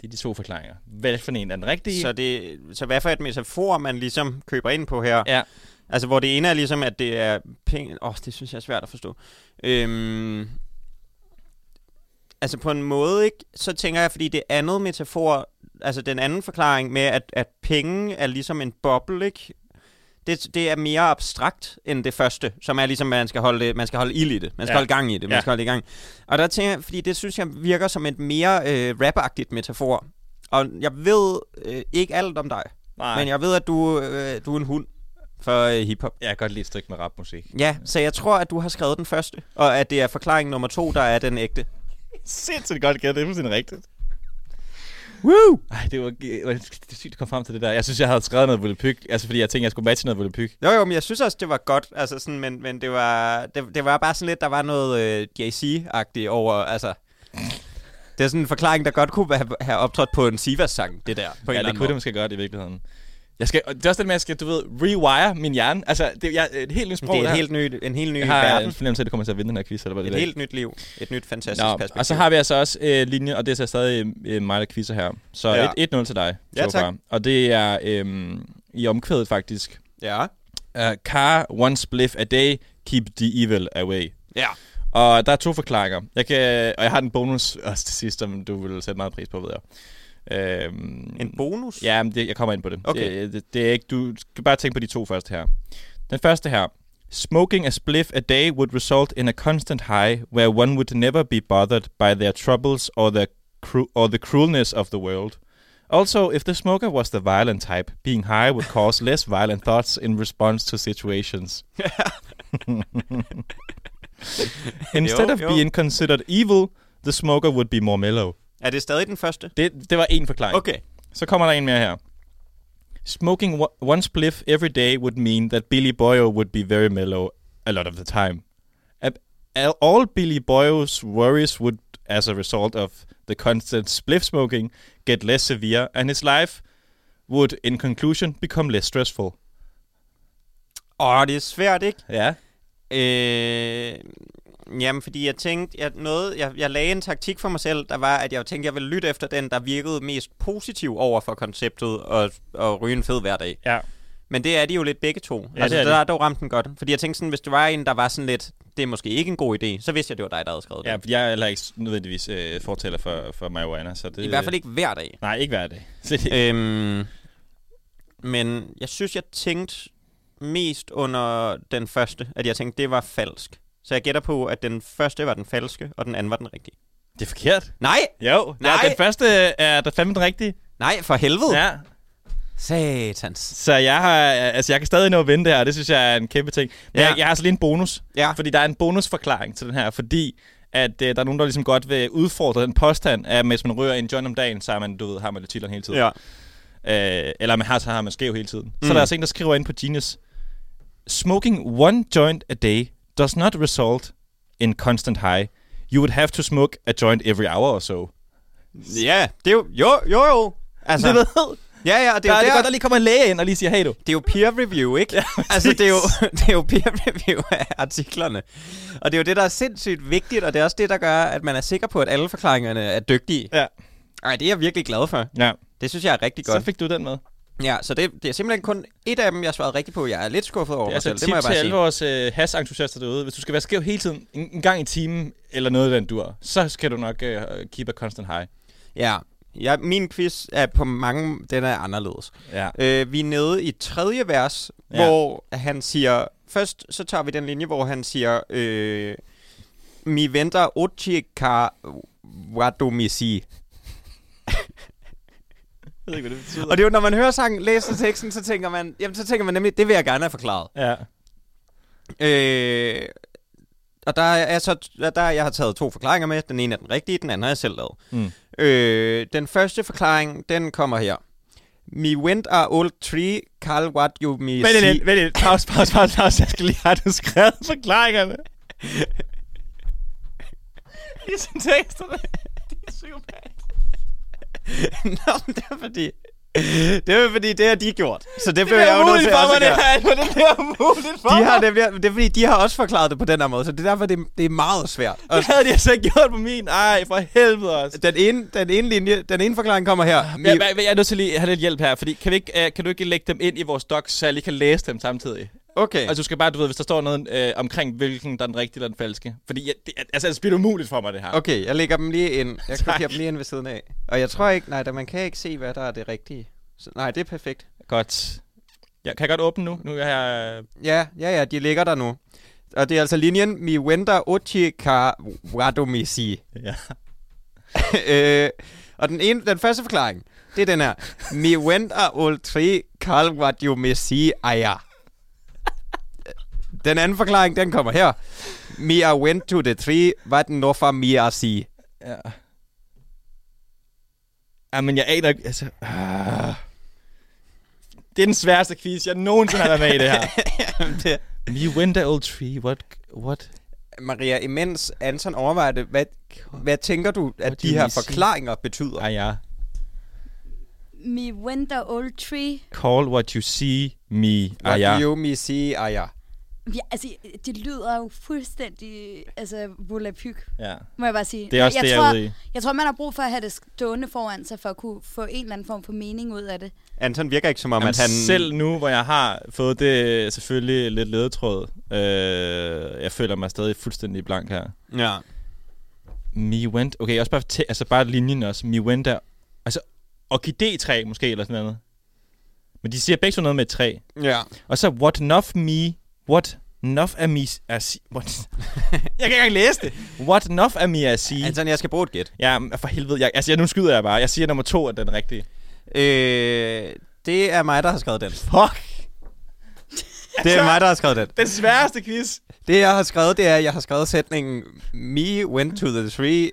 Det er de to forklaringer. Hvad for en er den rigtige? Så, det, så hvad for et metafor, man ligesom køber ind på her? Ja. Altså, hvor det ene er ligesom, at det er penge... Åh, oh, det synes jeg er svært at forstå. Øhm, altså, på en måde, ikke? Så tænker jeg, fordi det andet metafor... Altså, den anden forklaring med, at, at penge er ligesom en boble, ikke? Det, det er mere abstrakt end det første, som er ligesom, at man skal holde, det, man skal holde ild i det. Man skal Ja. ja. holde gang i det. Man Ja. ja. skal holde det i gang. Og der tænker jeg, fordi det synes jeg virker som et mere øh, rapagtigt metafor. Og jeg ved øh, ikke alt om dig. Nej. Men jeg ved, at du, øh, du er en hund for øh, hiphop. Jeg kan godt lide strikt med rapmusik. Ja, så jeg tror, at du har skrevet den første, og at det er forklaring nummer to, der er den ægte. Sindssygt godt gæt. Det er fuldstændig rigtigt. Woo! Ej, det var, det var sygt at komme frem til det der. Jeg synes, jeg havde skrevet noget volapyk. Altså, fordi jeg tænkte, jeg skulle matche noget volapyk. Jo, jo, men jeg synes også, det var godt, altså sådan, men, men det, var, det, det var bare sådan lidt, der var noget øh, JC-agtigt over, altså... Det er sådan en forklaring, der godt kunne have, have optrådt på en Sivas-sang, det der, på en ja, eller det anden kunne det måde. måske godt i virkeligheden. Jeg skal, og det er også det med, at jeg skal, du ved, rewire min hjerne. Altså, det, jeg, et helt nyt sprog. Det er her. en helt ny, en helt ny Jeg har en verden, fornemmelse af, at du kommer til at vinde den her quiz. Eller hvad det et er. helt nyt liv, et nyt fantastisk Nå, perspektiv. og så har vi altså også øh, linjen, og det er så stadig øh, mig, der quizzer her. Så Ja. et- 1-0 til dig. Ja, so far. tak. Og det er øh, i omkvædet faktisk. Ja, Uh, car, one spliff a day, keep the evil away. ja. Og der er to forklaringer. Jeg kan, og jeg har en bonus også til sidst, som du vil sætte meget pris på, ved jeg. Øhm, En bonus? Ja, men det, jeg kommer ind på det. Okay. Det, det, det er ikke, du skal bare tænke på de to første her. Den første her. Smoking a spliff a day would result in a constant high, where one would never be bothered by their troubles or, their cru- or the cruelness of the world. Also, if the smoker was the violent type, being high would cause less violent thoughts in response to situations. Instead Jo, of jo. being considered evil, the smoker would be more mellow. Er det stadig den første? Det, det var en forklaring. Okay. Så kommer der en mere her. Smoking o- one spliff every day would mean that Billy Boyo would be very mellow a lot of the time. Ab- al- All Billy Boyo's worries would, as a result of the constant spliff smoking, get less severe, and his life would, in conclusion, become less stressful. Åh, det er svært, ikke? Ja. Øh, Jamen, fordi jeg tænkte, at noget, jeg, jeg lagde en taktik for mig selv, der var, at jeg tænkte, at jeg ville lytte efter den, der virkede mest positiv over for konceptet og, og ryge en fed hver dag. Ja. Men det er de jo lidt begge to. Ja, altså, det er der har dog ramt den godt. Fordi jeg tænkte sådan, hvis du var en, der var sådan lidt, det er måske ikke en god idé, så vidste jeg, det var dig, der havde skrevet Ja, det. for jeg er heller ikke nødvendigvis øh, fortaler for, for marijuana, så det... I hvert fald ikke hver dag. Nej, ikke hver dag. Så det, øhm, men jeg synes, jeg tænkte mest under den første, at jeg tænkte, det var falsk. Så jeg gætter på, at den første var den falske, og den anden var den rigtige. det er forkert. Nej! Jo, Nej. Ja, den første er der fandme den rigtige. Nej, for helvede! Ja. Satans. Så jeg har, altså jeg kan stadig nå at vinde det her, og det synes jeg er en kæmpe ting. Men Ja. ja. jeg, jeg har så lige en bonus, Ja. fordi der er en bonusforklaring til den her, fordi at øh, der er nogen, der ligesom godt vil udfordre den påstand, at hvis man rører en joint om dagen, så er man, du ved, har man lidt titlen hele tiden. Ja. Øh, eller man har, så har man skæv hele tiden. Mm. Mm. Så der er altså en, der skriver ind på Genius, Smoking one joint a day does not result in constant high. You would have to smoke a joint every hour or so. ja, det er jo... Jo, jo, jo. Altså, Du ved, ja, ja, og det det er er, jo det er der, godt, der lige kommer en læge ind og lige siger, hey du. det er jo peer review, ikke? Ja, altså, det er, jo, det er jo peer review af artiklerne. Og det er jo det, der er sindssygt vigtigt, og det er også det, der gør, at man er sikker på, at alle forklaringerne er dygtige. Ja. Ej, det er jeg virkelig glad for. Ja, Det synes jeg er rigtig så godt. fik du den med. Ja, så det, det er simpelthen kun et af dem, jeg svarede rigtigt på. Jeg er lidt skuffet over Det mig er altså selv, et det må jeg tip til bare alle sige. vores øh, hash-entusiaster derude. Hvis du skal være skæv hele tiden, en, en gang i timen, eller noget af den dur, så skal du nok øh, keep a constant high. Ja. ja, min quiz er på mange, den er anderledes. Ja. Øh, vi er nede i tredje vers, ja. Ja. hvor han siger... Først så tager vi den linje, hvor han siger... Øh, Mi venter ochi ka wadomisi. Jeg ved ikke, hvad det betyder. Og det er jo, når man hører sangen, læser teksten, så tænker man, jamen, så tænker man nemlig, det vil jeg gerne have forklaret. Ja. Øh, og der er så, der, der, jeg har taget to forklaringer med. Den ene er den rigtige, den anden har jeg selv lavet. Mm. Øh, den første forklaring, den kommer her. Mi went a old tree, Carl what you me Vent see. lidt, vent lidt. Pause, pause, pause, pause. Jeg skal lige have du skrevet forklaringerne. I sentensterne. Nå, men det er fordi... Det er jo fordi, det har de gjort. Så det, bliver Det jeg er jo nødt til umuligt for også mig, at det gøre. her. Det er umuligt for De har, mig. det, bliver, det er fordi, de har også forklaret det på den her måde, så det er derfor, det, det er meget svært. Og Det havde de altså ikke gjort på min. Ej, for helvede også. den ene, den ene linje, den ene forklaring kommer her. Mi, Jeg, jeg, jeg er nødt til lige at have lidt hjælp her, fordi kan, vi ikke, øh, kan du ikke lægge dem ind i vores docs, så jeg lige kan læse dem samtidig? okay. Altså, du skal bare, du ved, hvis der står noget øh, omkring, hvilken der er den rigtige eller den falske. Fordi, jeg, det, altså, det bliver umuligt for mig, det her. Okay, jeg lægger dem lige ind. Jeg kopierer Tak. dem lige ind ved siden af. Og jeg tror ikke, nej, da man kan ikke se, hvad der er det rigtige. Så, nej, det er perfekt. Godt. Ja, kan jeg godt åbne nu? Nu er jeg... øh, Ja, ja, ja, de ligger der nu. Og det er altså linjen, mi wender ochi ka wadomisi. Ja. øh, og den, ene, den første forklaring, det er den her. Mi wender ol tri kal wadomisi aya. Den anden forklaring, den kommer her. Mi a went to the tree, hvad den nu for mi a si. ja. Jamen, jeg aner ikke... Altså... Ah. Det er den sværeste quiz, jeg nogensinde har været med i det her. det- Me winter old tree, what... what? Maria, imens Anton overvejer det, hvad, hvad tænker du, at do de you her see? forklaringer betyder? Ah, ja. Me winter old tree. Call what you see me. What Ah, ja. you me see, ah, ja. Ja, altså, det lyder jo fuldstændig, altså, volapyk, ja. må jeg bare sige. Det er også jeg, det, jeg jeg tror, er ude i. Jeg tror, man har brug for at have det stående foran sig, for at kunne få en eller anden form for mening ud af det. Anton virker ikke som om, Jamen, at han... Selv nu, hvor jeg har fået det øh, selvfølgelig lidt ledetråd, øh, jeg føler mig stadig fuldstændig blank her. Ja. Me went... Okay, også bare, tæ- altså bare linjen også. Me went der... Altså, orkidé-træ måske, eller sådan noget. Men de siger begge to noget med et træ. Ja. Og så, what not me... What not a me... Er si- what? jeg kan ikke engang læse det. What not a me er sige. Altså, Anton, jeg skal bruge et gæt. ja, men for helvede. Jeg, altså, jeg, nu skyder jeg bare. Jeg siger nummer to er den rigtige. Øh, det er mig, der har skrevet den. Fuck. Det er mig, der har skrevet den. Den sværeste quiz. Det, jeg har skrevet, det er, at jeg har skrevet sætningen Me went to the tree,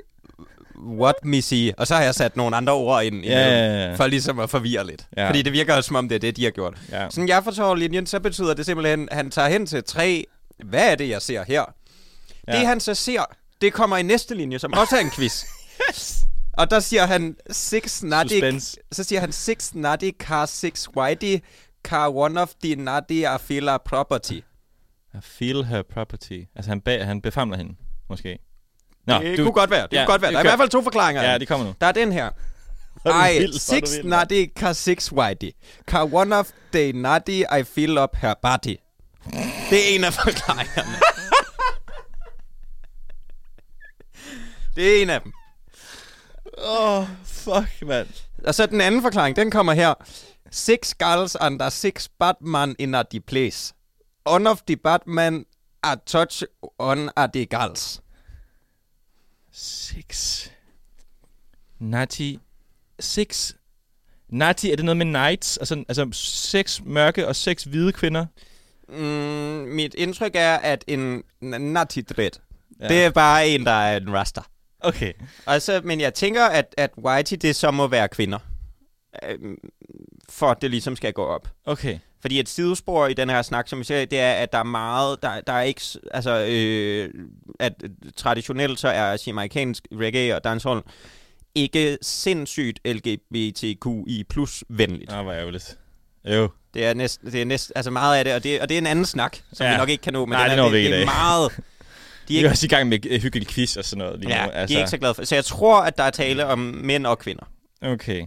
what me see. Og så har jeg sat nogle andre ord ind Ja, ja, imellem, ja, ja. for ligesom at forvirre lidt. Ja. Fordi det virker også, som om det er det, de har gjort. Ja. Sådan jeg forstår linjen, så betyder det simpelthen, at han tager hen til tre. Hvad er det, jeg ser her? Ja. Ja. Det, han så ser, det kommer i næste linje, som også er en quiz. Og der siger han, six nutty, Suspense. så siger han, six nutty car, six whitey car, one of the nutty afila property. I feel her property. Altså, han, bag, han befamler hende. måske. Nå, det du, kunne godt være. Det ja, ja, kunne godt være. det Der er i kører. hvert fald to forklaringer. Ja, det kommer nu. Der er den her. er du Ej, vild, så er du six vild, mand. nadi ka six whitey. Ka one of the nadi I feel up her body. Det er en af forklaringerne. det er en af dem. Åh, oh, fuck, mand. Og så den anden forklaring, den kommer her. Six girls under six Batman in a the place. One of the Batman a touch on a the girls. Six. Nati. Six. Nati, er det noget med nights? Altså, altså seks mørke og seks hvide kvinder? Mm, mit indtryk er, at en n- natty dread, Ja. ja. det er bare en, der er en raster. Okay. Og så, men jeg tænker, at, at whitey, det så må være kvinder. Øhm, For at det ligesom skal gå op. Okay. Fordi et sidespor i den her snak, som vi ser, det er, at der er meget, der, der er ikke, s- altså, øh, at traditionelt så er jamaikansk reggae og dancehall ikke sindssygt LGBTQI plus venligt. Nå, hvor ærgerligt. Jo. Det er næsten, det er næsten, altså meget af det, og det, og det er en anden snak, som Ja. vi nok ikke kan nå, men Nej, den det er, når vi ikke i det er dag. meget, de Vi er er ikke, også i gang med øh, hyggelig quiz og sådan noget lige ja, nu. altså. de er ikke så glade for. Så jeg tror, at der er tale om mænd og kvinder. Okay.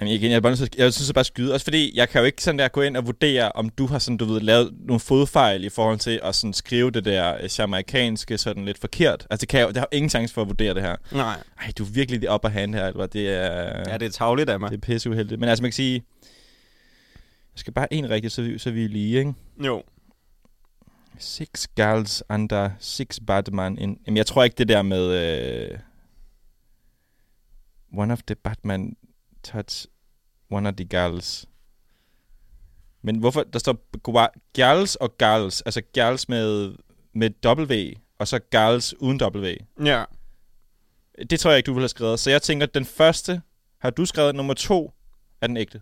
Jamen igen, jeg, er bare, nødt til at- jeg synes, jeg bare skyde. Også fordi, jeg kan jo ikke sådan der gå ind og vurdere, om du har sådan, du ved, lavet nogle fodfejl i forhold til at sådan skrive det der øh, jamaikanske sådan lidt forkert. Altså, det kan jeg, jo- det har jeg ingen chance for at vurdere det her. Nej, Ej, du er virkelig op at hand her, Alvar. Det er, ja, det er tavligt af mig. det er pisseuheldigt. Men altså, man kan sige, jeg skal bare en rigtig, så, vi- så vi er lige, ikke? Jo. Six girls under six Batman in... Jamen, jeg tror ikke det der med... Øh... One of the Batman touch one of the girls. Men hvorfor... Der står gua- girls og girls. Altså girls med, med W, og så girls uden W. Ja. Det tror jeg ikke, du ville have skrevet. Så jeg tænker, den første har du skrevet, nummer to er den ægte.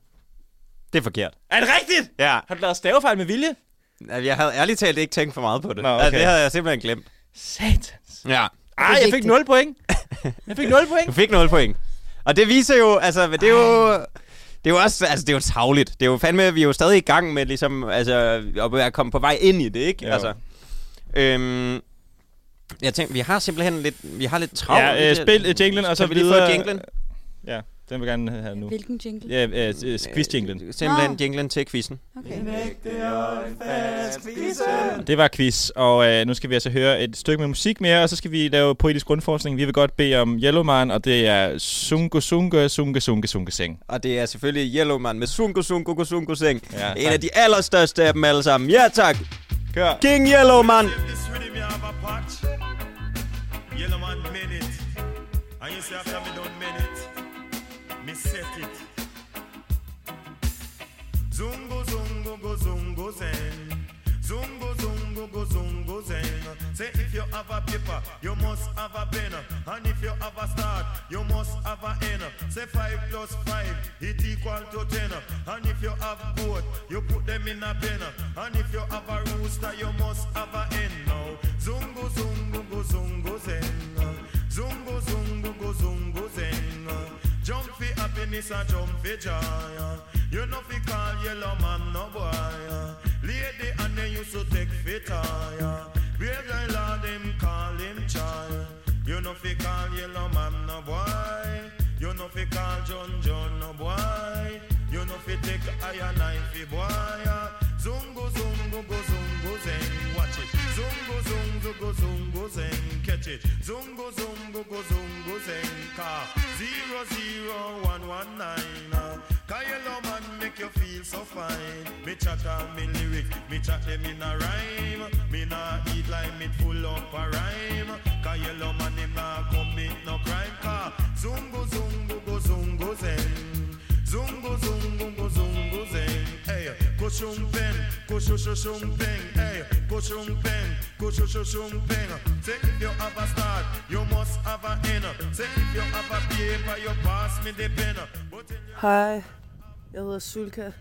Det er forkert. Er det rigtigt? Ja. Altså, Har du lavet stavefejl med vilje? Jeg havde ærligt talt ikke tænkt for meget på det. Nå, Nå, okay. okay. altså, det havde jeg simpelthen glemt. Satans. Ja. Ej, jeg fik 0 point. Jeg fik 0 point. Du fik 0 point. Og det viser jo, altså, men det er jo... Det er jo også, altså det er jo tavligt. Det er jo fandme, vi er jo stadig i gang med ligesom, altså, at være kommet på vej ind i det, ikke? Jo. Altså, øhm, jeg tænkte, vi har simpelthen lidt, vi har lidt travlt. Ja, øh, spil øh, jinglen, og så kan vi lige videre. få jinglen? Ja, den vil jeg gerne have nu. Hvilken jingle? Ja, øh, øh, quiz jinglen. Simpelthen Nå. jinglen til quizzen. Okay. Det var quiz, og øh, nu skal vi altså høre et stykke med musik mere, og så skal vi lave poetisk grundforskning. Vi vil godt bede om Yellowman, og det er Sungo Sungo Sungo Sungo Sungo Seng. Og det er selvfølgelig Yellowman med Sunko Sunko Sunko Seng. Ja, Ja, en tak. af de allerstørste af dem alle sammen. Ja tak, Kør! King Yellowman. This rhythm you have a pot. Yellow man made it. And you say after me don't made it. Me set it. Zungo zungo go zungo zeng. Zungo zungo go zungo zeng. Say if you have a paper, you must have a pen. And if you have a start, you must have a end. Say five plus five, it equal to ten. And if you have goat, you put them in a pen. And if you have a rooster, you must have a hen now. Zungo zungo go zungo zeng. Zungo zungo go zungo zeng. Jump for happiness and jump for joy. You know fi call yellow man no boy. Lady and they used to take fit tire. Brave guy lord him call him child. You know fi call yellow man no boy. You know fi call John John no boy. You know fi take iron knife fi boy. Zungo zungo go zungo zeng. Watch it. Zungo zungo go zungo zeng. Catch it. Zungo zungo go zungo zeng. Ka zero zero one one nine. ah. Ka yellow man make you feel so fine. Me chat all me lyric, me chat them in a rhyme. Me nah eat like me full up a rhyme. Ka yellow man him nah commit no crime. Ka zungo zungo go zungo zeng. Zungo zungo go zungo zeng. Hey, go shum pen, go shu shu shum pen. Hey, go shum pen, go shu shu shum pen. Say if you have a start, you must have a end. Say if you have a paper, you pass me the pen. But in Hej, jeg hedder Sulka,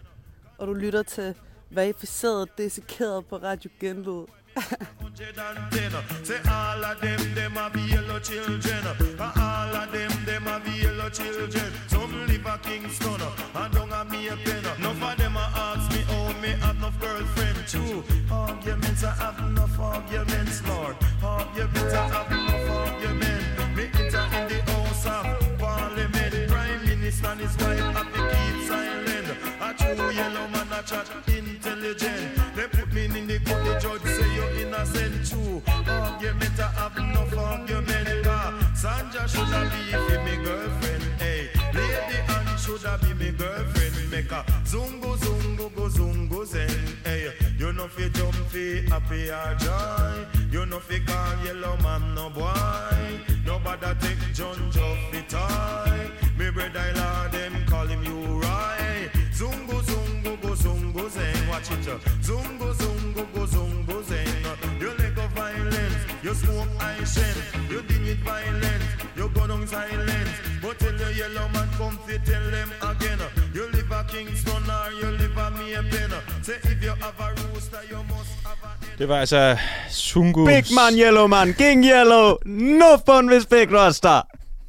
og du lytter til verificeret dissekeret på Radio Genlyd. hundred and ten. Say all of them, them a be yellow children. Uh, All of them, them a be yellow children. Some live a Kingston uh, and don't have me a pen. Enough of them a ask me, oh, me have enough girlfriend. True, arguments I have enough arguments, Lord. Arguments, I have enough arguments. Me enter in the house of parliament. Prime Minister and his wife have to keep silent. A true yellow man, a chat intelligent. They put me in the court, the judge say you're innocent. True argument, I have enough argument. Ah, Sanja should have been my girlfriend. Hey, lady and should have been my girlfriend. Make a zungo, zungo, go zungo, zen. Hey, you know fi jump fi happy or joy. You know fi call yellow man no boy. Nobody take John off the tie. Me brother I law them call him you right. Zungo zungo go zungo zeng. Watch it. uh. Zungo zungo go zungo zeng. You like of violence. You smoke I shen. You deal with violence. You go down silence. But tell the yellow man come fi tell them again. uh. You live a Kingston or you live a Maypen. uh. Say if you have a rooster you must have a Det var altså Sungus... Big man, yellow man, king yellow, no fun with big roster.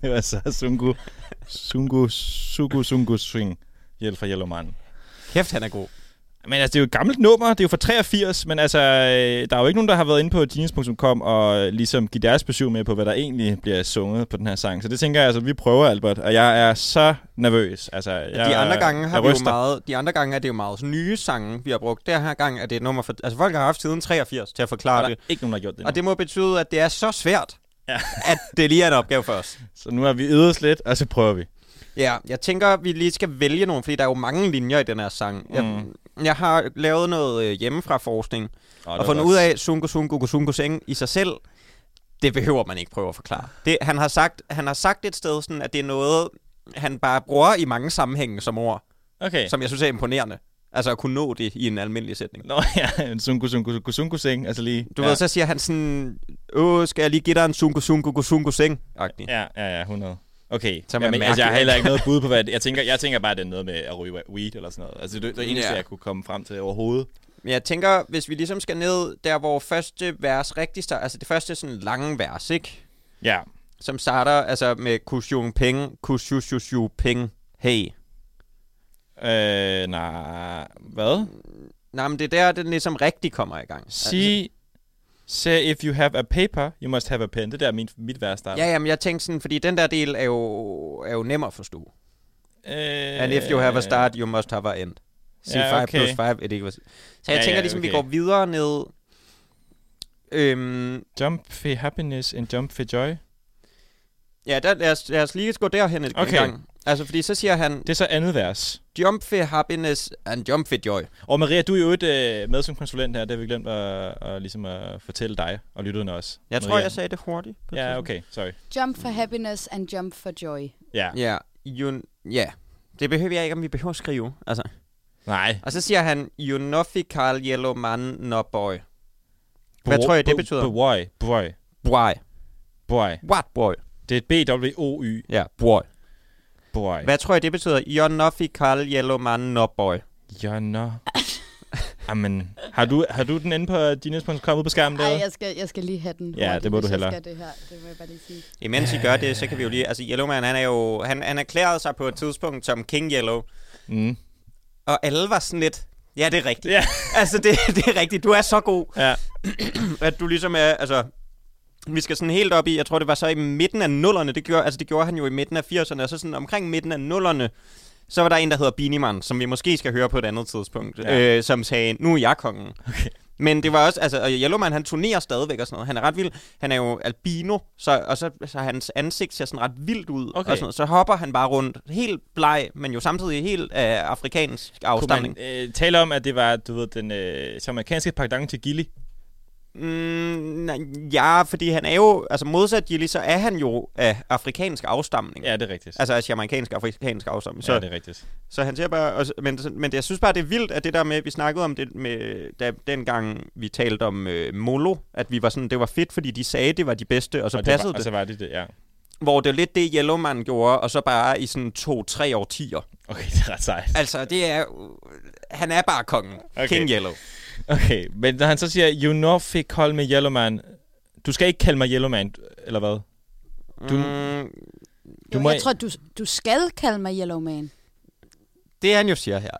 Det var altså Sungu... Sungu... Sugu Sungu Swing. Hjælp fra Yellow Man. Kæft, han er god. Men altså, det er jo et gammelt nummer. Det er jo fra 83, men altså, øh, der er jo ikke nogen, der har været inde på genius.com og øh, ligesom give deres besøg med på, hvad der egentlig bliver sunget på den her sang. Så det tænker jeg, altså, vi prøver, Albert. Og jeg er så nervøs. Altså, jeg, de andre gange har jeg vi jo ryster. meget, de andre gange er det jo meget sådan nye sange, vi har brugt. Der her gang er det et nummer for, altså folk har haft siden 83 til at Og forklare der er det. ikke nogen, der har gjort det. Og det må betyde, at det er så svært, Ja. at det lige er en opgave for os. Så nu har vi øvet lidt, og så prøver vi. Ja, jeg tænker, at vi lige skal vælge nogle, fordi der er jo mange linjer i den her sang. Jeg, Mm. jeg har lavet noget øh, hjemmefra forskning, Og, og fundet ud af, sunko, sunko, sunko, seng i sig selv, det behøver man ikke prøve at forklare. Det, han, har sagt, han har sagt et sted, sådan, at det er noget, han bare bruger i mange sammenhænge som ord, Okay. okay. som jeg synes er imponerende. Altså at kunne nå det i en almindelig sætning. Nå ja, en sunku, sunku, sunku, sunku seng. Altså lige... Du ja. ja. ved, så siger han sådan, åh, skal jeg lige give dig en sunko, sunko, sunko, seng? Agtig. Ja, ja, ja, 100. Okay, Som er Jamen, altså, mærkeligt. jeg har heller ikke noget bud på, hvad det, jeg tænker. Jeg tænker bare, at det er noget med at ryge weed eller sådan noget. Altså, det, det er det eneste, Ja. jeg kunne komme frem til overhovedet. Men jeg tænker, hvis vi ligesom skal ned der, hvor første vers rigtig starter, altså det første sådan lange vers, ikke? Ja, Som starter altså med kushjung peng, kushjushu peng, hey. Øh, nej. Hvad? Nej, men det er der, den ligesom rigtig kommer i gang. Sig... Say if you have a paper, you must have a pen. Det der er min, mit værste Altså, ja, jamen, jeg tænkte sådan, fordi den der del er jo, er jo nem at forstå. Øh, And if you have a start, you must have a end. Sig Ja, 5 okay. plus 5, it equals... Så jeg Ja, tænker ja, ligesom, vi okay. går videre ned... Øhm, Jump for happiness and jump for joy. ja, der, lad, os, lad os lige gå derhen en Okay. okay. gang. Altså, fordi så siger han, Det er så andet vers. jump for happiness and jump for joy. Og Maria, du er jo et øh, med som konsulent her. Det har vi glemt at, at, ligesom at fortælle dig og lytterne også. Jeg tror, Maria. jeg sagde det hurtigt. på Ja, tidspunkt. okay. Sorry. Jump for happiness and jump for joy. Ja. Ja, you, ja. Det behøver jeg ikke, om vi behøver at skrive. Altså. Nej. Og så siger han, you nothing call yellow man, no boy. Hvad tror I, det betyder? Boy. Boy. Boy. Boy. What boy? Det er et B-W-O-Y. Ja, boy. Boy. Hvad tror jeg, det betyder? You're not call yellow man, no boy. Jonna. Jamen, har du, har du den inde på øh, dinas.com ude på skærmen Ej, derude? jeg skal, jeg skal lige have den. Ja, hurtigt, det må du hvis jeg hellere. Skal det, her. det må jeg bare lige sige. Imens I gør det, så kan vi jo lige... Altså, Yellow Man, han er jo... Han, han erklærede sig på et tidspunkt som King Yellow. Mm. Og alle var sådan lidt... Ja, det er rigtigt. Ja. altså, det, det er rigtigt. Du er så god, Ja. at du ligesom er... Altså, vi skal sådan helt op i, jeg tror det var så i midten af nullerne, det gjorde, altså det gjorde han jo i midten af 80'erne, og så sådan omkring midten af nullerne, så var der en, der hedder Biniman, som vi måske skal høre på et andet tidspunkt, Ja. ja. øh, som sagde, nu er jeg kongen. Okay. Men det var også, altså, og Yellowman, han turnerer stadigvæk og sådan noget. Han er ret vild. Han er jo albino, så, og så, så hans ansigt ser sådan ret vildt ud. Okay. Og sådan noget. Så hopper han bare rundt, helt bleg, men jo samtidig helt øh, afrikansk Kunne afstamning. man øh, tale om, at det var, du ved, den øh, som amerikanske pardon til Gilly? Mm, nej, ja, fordi han er jo, altså modsat Jilly, så er han jo af afrikansk afstamning. Ja, det er rigtigt. Altså af amerikansk afrikansk afstamning. Så, så. Ja, det er rigtigt. så han ser bare, og, så- men, men det, jeg synes bare, det er vildt, at det der med, vi snakkede om det med, da, dengang vi talte om øh, Molo, at vi var sådan, det var fedt, fordi de sagde, det var de bedste, og så og det. passede Var, altså- det. og så var det det, ja. Hvor det er lidt det, Yellowman gjorde, og så bare i sådan to-tre årtier. Okay, det er ret sejt. Altså, det er... Han er bare kongen. Okay. Okay. King Yellow. Okay, men når han så siger, you know fik call me yellow man. Du skal ikke kalde mig yellow man, eller hvad? Du, Mm, du Jo, må, jeg tror, du, du skal kalde mig Yellow Man. det han jo siger her,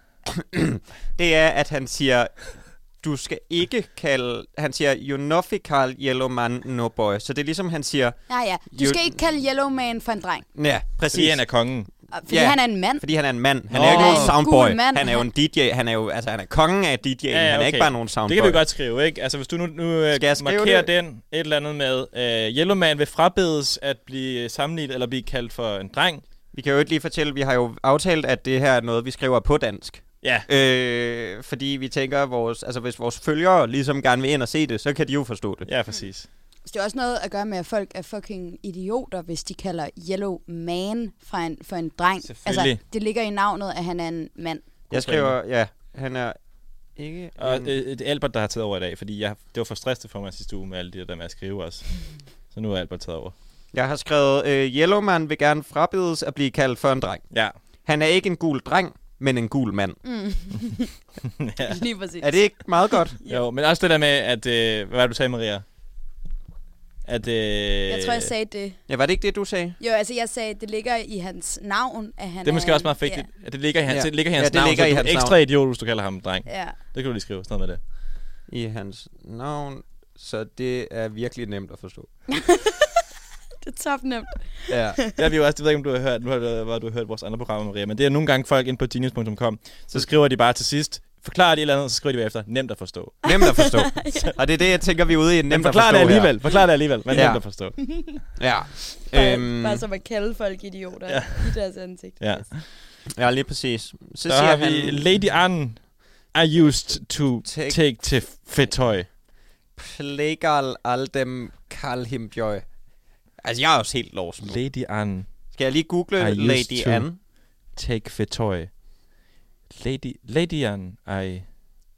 det er, at han siger, du skal ikke kalde... Han siger, you nothing call yellow man no boy. Så det er ligesom, han siger... Nej, ja. Du skal You- ikke kalde Yellow Man for en dreng. Ja, præcis. Fordi han er kongen. Og- Fordi han er en mand. Fordi han er en mand. Han Nå. er jo ikke Han nogen er en gul soundboy. mand. Han er jo en DJ. Han er jo... Altså, han er kongen af DJ'en. Ja, Han er ikke bare nogen soundboy. Det kan vi godt skrive, ikke? Altså, hvis du nu, nu øh, Skal jeg skrive markerer det? den et eller andet med, øh, Yellowman vil frabedes at blive sammenlignet eller blive kaldt for en dreng. Vi kan jo ikke lige fortælle, vi har jo aftalt, at det her er noget, vi skriver på dansk. Ja, Øh, fordi vi tænker, at vores, altså, hvis vores følgere ligesom gerne vil ind og se det, så kan de jo forstå det. ja præcis. Det er også noget at gøre med, at folk er fucking idioter, hvis de kalder Yellow Man fra en, for en dreng. Altså, Selvfølgelig. det ligger i navnet, at han er en mand. Jeg skriver, ja, han er ikke... Og en- øh, øh, det er Albert, der har taget over i dag, fordi jeg, det var for stresset for mig sidste uge med alle de der med at skrive også. Så nu er Albert taget over. Jeg har skrevet, øh, Yellowman vil gerne frabedes at blive kaldt for en dreng. Ja. Han er ikke en gul dreng, men en gul mand. Mm. Ja. Lige præcis. Er det ikke meget godt? Jo, men også det der med, at... Øh, hvad var det, du sagde, Maria? At, øh, Jeg tror, jeg sagde det. Ja, var det ikke det, du sagde? Jo, altså jeg sagde, at det ligger i hans navn, at han det er måske en- også meget vigtigt, at det ligger i hans, Ja. det ligger i Ja, hans det navn, ligger så i du er hans ekstra navn. idiot, hvis du kalder ham en dreng. Ja. ja. Det kan du lige skrive, sådan noget med det. I hans navn. Så det er virkelig nemt at forstå. Det er topnemt. Ja. Der er vi jo også, det ved jeg ikke, om du har hørt, nu har, du- hvor du har hørt vores andre programmer, Maria, men det er nogle gange folk ind på genius.com, så skriver de bare til sidst, forklarer de et eller andet, og så skriver de bagefter, nemt at forstå. Nemt at forstå. Og det er det, jeg tænker, vi er ude i. Men Nemt at forklar forstå her. det alligevel, forklar det alligevel, men Ja. ja. nemt at forstå. Ja. Bare, Øhm, bare som at kalde folk idioter ja. i deres ansigt. Ja. ja, lige præcis. Så Så siger har han... vi, Lady Anne are used to Take- take, take til fedtøj. Plegal al dem kal him joy. Altså, jeg er også helt lost nu. Lady Anne Skal jeg lige google I used Lady to. Anne? take fedtøj. Lady, Lady Anne I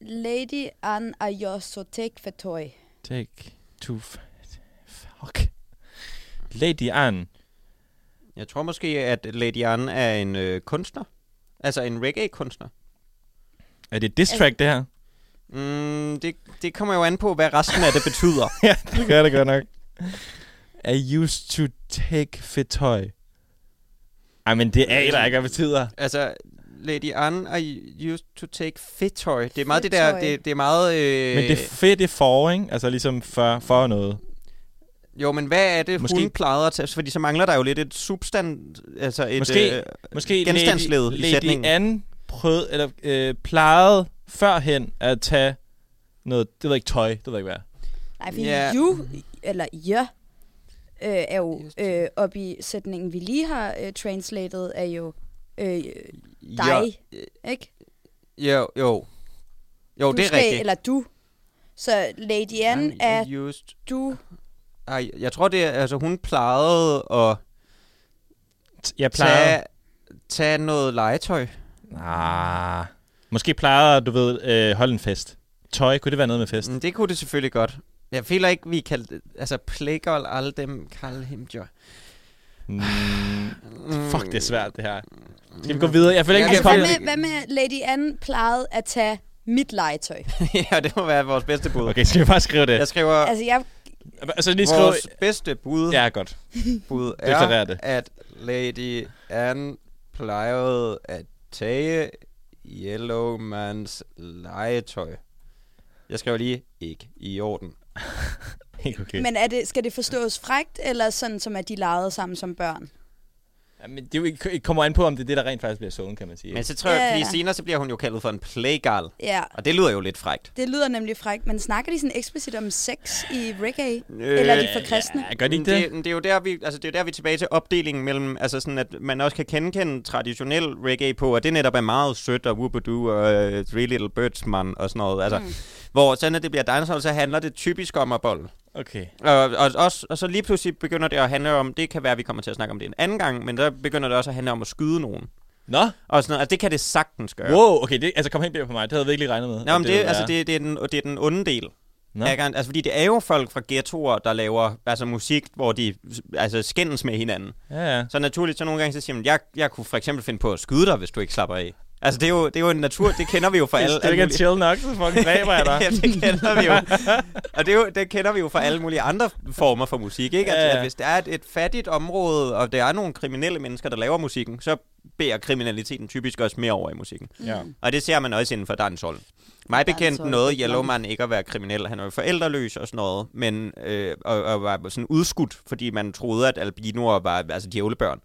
Lady Anne Ayosotek for tøj. take to f- fuck. Lady Anne. Jeg tror måske, at Lady Anne er en øh, kunstner. Altså en reggae-kunstner. Er det et diss Altså- track, det her? Mm, det, det kommer jo an på, hvad resten af det betyder. ja, det gør det godt nok. I used to take fit tøj. Ej, men det Øh. er der ikke, hvad betyder. altså, Lady Anne, I used to take fit tøj. Det er meget det der, Fedtøj. det, det er meget... Øh, Men det fedt det er for, ikke? Altså ligesom for, for noget. Jo, men hvad er det, Måske... Måske- hun plejede at tage? Fordi så mangler der jo lidt et substand... Altså et, Måske- øh, Måske Genstandsled i Lady, Lady sætningen. Anne prøvede, eller, øh, plejede førhen at tage noget, det ved jeg ikke, tøj, det ved jeg ikke hvad. Nej, fordi Ja. yeah. you, eller ja, øh, er jo Just- øh, op i sætningen, vi lige har øh, translated, er jo øh, Jo, dig, ikke? jo, jo. Jo, du det er skal, rigtigt. Eller du. Så Lady Anne Anne er used du. Ej, jeg tror det er, altså hun plejede at T- Jeg plejede... tage, tage noget legetøj. Ah, måske plejede, at, du ved, øh, holde en fest. Tøj, kunne det være noget med fest? Mm, det kunne det selvfølgelig godt. Jeg føler ikke, vi kaldte altså Playgirl, alle dem, Karl Mm. Himdjør. Mm. Fuck, det er svært, det her. Skal vi gå videre? Jeg føler ikke, Mm. Ja, vi Altså, kan jeg hvad, komme... føler- med, hvad med Lady Anne plejede at tage mit legetøj? ja, det må være vores bedste bud. Okay. Okay, skal vi bare skrive det? Jeg skriver, altså, Altså, jeg, Altså lige skrive... vores bedste bud, ja. Ja, godt. bud Deklarer er, det. at Lady Anne plejede at tage Yellowmans legetøj. Jeg skriver lige, ikke i orden. Helt okay. Men, men er det, skal det forstås frægt, eller sådan som, at de legede sammen som børn? Jamen, det er jo ikke- det kommer an på, om det er det, der rent faktisk bliver sunget, kan man sige. Men Men, så tror jeg, Ja, ja. fordi senere så bliver hun jo kaldet for en Playgirl. Ja, Og det lyder jo lidt frækt. det lyder nemlig frægt, men snakker de sådan eksplicit om sex i reggae? Eller er de for kristne? Øh, ja, gør de Men ikke det? Det, men det, er jo der, vi, altså, det er jo der, vi er tilbage til opdelingen mellem, altså sådan, at man også kan kendekende traditionel reggae på, og det netop er meget sødt, og whoop-a-doo, og øh, Three Little Birds, man, og sådan noget. Altså, mm. Hvor sådan, at det bliver dancehall, så handler det typisk om at bolle. Okay. Og, og, også, og så lige pludselig begynder det at handle om, det kan være, at vi kommer til at snakke om det en anden gang, men der begynder det også at handle om at skyde nogen. Nå, Og sådan noget. Altså, det kan det sagtens gøre. wow, okay, det, altså kom helt bag på mig. Det havde jeg virkelig regnet med. Nå, at men det, ville altså, være. det, det, er den, det er den onde del. Nå. Jeg kan, altså, fordi det er jo folk fra ghettoer, der laver altså, musik, hvor de altså, skændes med hinanden. Ja, ja. Så naturligt, så nogle gange så siger man, jeg, jeg kunne for eksempel finde på at skyde dig, hvis du ikke slapper af. Altså, det er jo, det er jo en natur, det kender vi jo fra alle... Hvis du ikke er alle chill nok, så fucking dræber jeg dig. mulige- Jamen, det kender vi jo. Og det, er jo, det kender vi jo fra alle mulige andre former for musik, ikke? Altså, Ja, ja, ja. ja. At hvis der er et, et fattigt område, og der er nogle kriminelle mennesker, der laver musikken, så bærer kriminaliteten typisk også mere over i musikken. Ja. Og det ser man også inden for dancehall. Mig bekendt altså nåede ikke Yellowman ikke at være kriminel. Han var jo forældreløs og sådan noget, men, øh, og, og var sådan udskudt, fordi man troede, at albinoer var altså djævlebørn.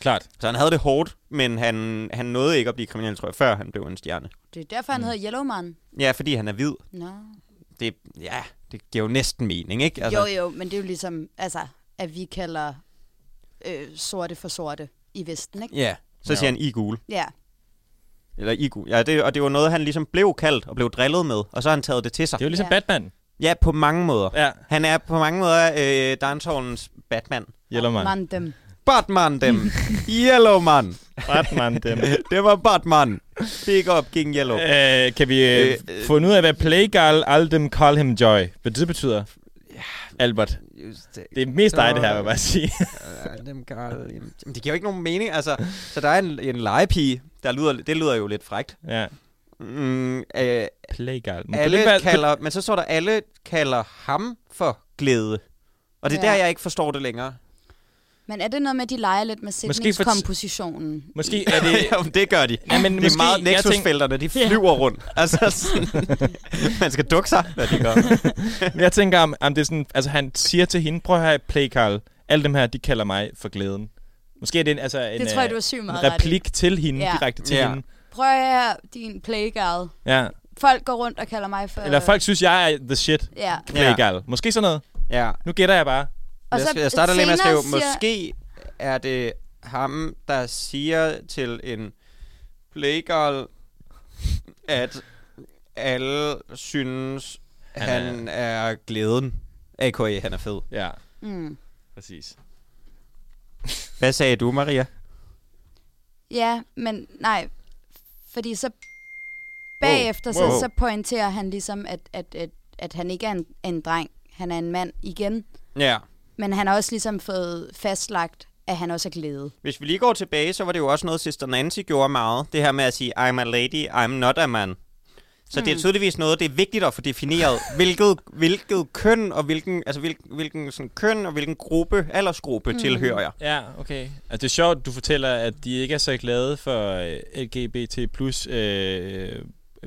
Klart. Så han havde det hårdt, men han, han nåede ikke at blive kriminel, tror jeg, før han blev en stjerne. Det er derfor, han Mm. mm. hedder Yellowman. Ja, fordi han er hvid. Nå. Det, ja, det giver jo næsten mening, ikke? Altså. Jo, jo, men det er jo ligesom, altså, at vi kalder øh, sorte for sorte i Vesten, ikke? Ja, så siger han i gule. Ja, Eller i gul. Ja, det, og det var noget, han ligesom blev kaldt og blev drillet med, og så har han taget det til sig. Det er jo ligesom Ja. Batman. Ja, på mange måder. Ja. Han er på mange måder øh, Darnsolens Batman. Yellowman. man dem. Batman dem. Yellowman. Batman dem. det var Batman. Big up King Yellow. Øh, kan vi øh, Øh, øh, få ud af, hvad Playgal Aldem Call Him Joy, hvad det betyder? Albert. uh, Det er mest dig, det her, vil jeg bare sige. Ja, dem gør, jamen, det giver jo ikke nogen mening. Altså, så der er en, en legepige, der lyder, det lyder jo lidt frægt. Ja. Mm, øh, Playgal. alle Men kunne det ikke være- kalder, men så står der, alle kalder ham for glæde. Og det er Ja. ja. der, jeg ikke forstår det længere. Men er det noget med, at de leger lidt med Måske for- sætningskompositionen? Måske er det... Jamen, det gør de. Ja, men det er måske- meget jeg Nexus-felterne, de Ja. flyver rundt. Altså, sådan, man skal dukke sig, når de gør. Men jeg tænker, om, om det er sådan... Altså, han siger til hende, prøv at have Play Carl. Alle dem her, de kalder mig for glæden. Måske er det en, altså en, tror jeg, øh, du er syg en meget ret i. replik til hende, Ja. direkte til Ja. hende. Prøv her din playgirl. Ja. Folk går rundt og kalder mig for... Eller folk synes, jeg er the shit. Ja. Playgal. Måske sådan noget. Ja. Nu gætter jeg bare. Og Og så jeg, jeg starter lige med at skrive, senere siger- måske er det ham, der siger til en playgirl, at alle synes, Han han, han er... er glæden. A.K.A. E, han er fed. Ja. Mm. Præcis. Hvad sagde du, Maria? Ja, men nej. Fordi så bagefter, wow. Wow. Så, så pointerer han ligesom, at, at, at, at han ikke er en, en dreng. Han er en mand igen. Ja. Men han har også ligesom fået fastlagt, at han også er glæde. Hvis vi lige går tilbage, så var det jo også noget, Sister Nancy gjorde meget. Det her med at sige, I'm a lady, I'm not a man. Så mm. det er Mm. tydeligvis noget, det er vigtigt at få defineret, hvilket, hvilket køn og hvilken, altså hvilken, hvilken sådan køn og hvilken gruppe, aldersgruppe mm. tilhører jeg. Ja, okay. Altså, det er sjovt, du fortæller, at de ikke er så glade for øh, LGBT plus øh,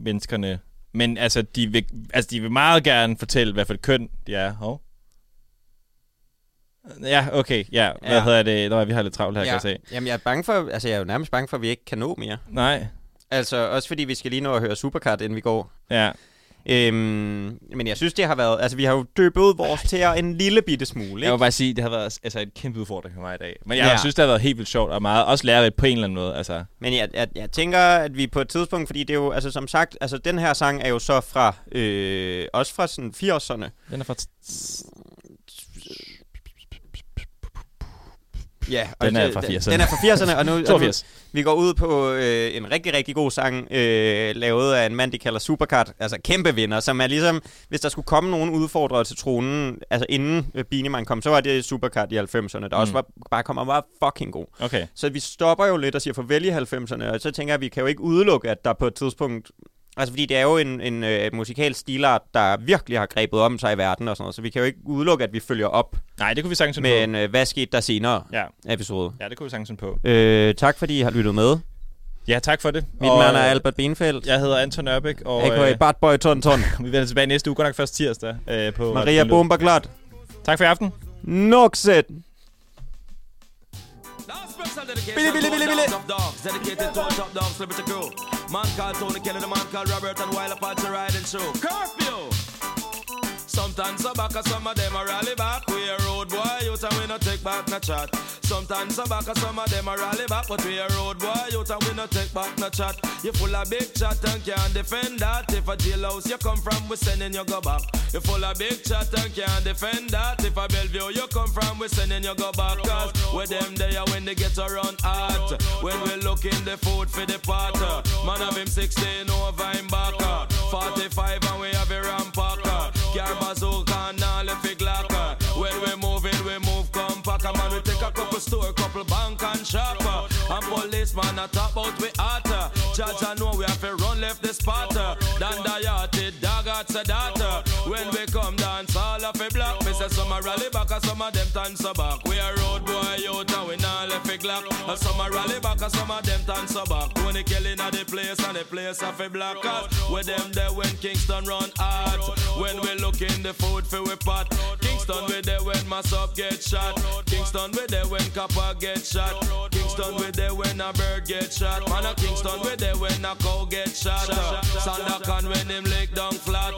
menneskerne. Men altså de, vil, altså, de vil meget gerne fortælle, hvad for et køn de er. Hov. Ja, okay. Ja, hvad Ja. hedder det? Nå, vi har lidt travlt her, ja. kan ja. jeg se. Jamen, jeg er, bange for, altså, jeg er jo nærmest bange for, at vi ikke kan nå mere. Nej. Altså, også fordi vi skal lige nå at høre Supercard, inden vi går. Ja. Øhm, men jeg synes, det har været... Altså, vi har jo døbet vores tæer en lille bitte smule, ikke? Jeg vil bare sige, det har været altså, en kæmpe udfordring for mig i dag. Men jeg Ja. ja. synes, det har været helt vildt sjovt og meget. Også lærerigt på en eller anden måde. Altså. Men jeg, jeg, jeg tænker, at vi på et tidspunkt, fordi det er jo, altså som sagt, altså den her sang er jo så fra, øh, også fra sådan 80'erne. Den er fra... Ja, Den er det- fra den- 80'erne. Den er fra 80'erne, og nu, og nu 82. vi går ud på øh, en rigtig, rigtig god sang, øh, lavet af en mand, de kalder Supercard, altså kæmpe vinder, som er ligesom, hvis der skulle komme nogen udfordrere til tronen, altså inden øh, Bineman kom, så var det Supercard i 90'erne, der mm. også Mm. var, bare kom og var fucking god. Okay. Så vi stopper jo lidt og siger farvel i 90'erne, og så tænker jeg, at vi kan jo ikke udelukke, at der på et tidspunkt... Altså, fordi det er jo en, en øh, musikal stilart, der virkelig har grebet om sig i verden og sådan noget, så vi kan jo ikke udelukke, at vi følger op Nej, det kunne vi sagtens finde med på. en øh, Hvad skete der senere Ja. episode. Ja, det kunne vi sagtens finde på. Øh, tak fordi I har lyttet med. Ja, tak for det. Mit Og, navn er øh, Albert Benfeldt. Jeg hedder Anton Ørbæk, og AKA øh, Bartboy Tonton. vi vender tilbage næste uge, godt nok først tirsdag. Øh, på Maria Bomberglot. Tak for i aften. Noxet. Billy, Billy, Billy, Billy. Of dogs, dedicated to all top dogs, liberty crew. Man called Tony Kelly, the man called Robert, and while apart to riding through. Curfew! Sometimes I back, and some of them are rally back. We a road boy, you and we no take back no chat. Sometimes I back, and some of them are rally back, but we a road boy, you and we no take back no chat. You full of big chat and can't defend that. If a jailhouse you come from, we sending you go back. You full of big chat and can't defend that. If a Bellevue you come from, we sending you go back. Cause with them there when they get around hot. When we looking the food for the pot. Man of him 16 over him back. 45 and we have a rampack. Car bazooka and all the fig locker. When we move it, we move compact. And Man, we take a couple store, couple bank and shop. And policeman a top out we hot. Judge I know we have to run left the spot. Dandayati, dog at Sadat. When we come dance all off a block. Me say some a rally back, and some of them turn so back. We a road boy out and we not left a glock. And some a rally back, and some of them turn so back. Tony killing at the place and the place off a block. Cause with them there when Kingston run hard. When we look in the food for we pot. Kingston we there when my sub get shot. Kingston we there when copper get shot. Kingston we there when a bird get shot. Man a Kingston we there when a cow get shot. Sandakan when him lick down flat.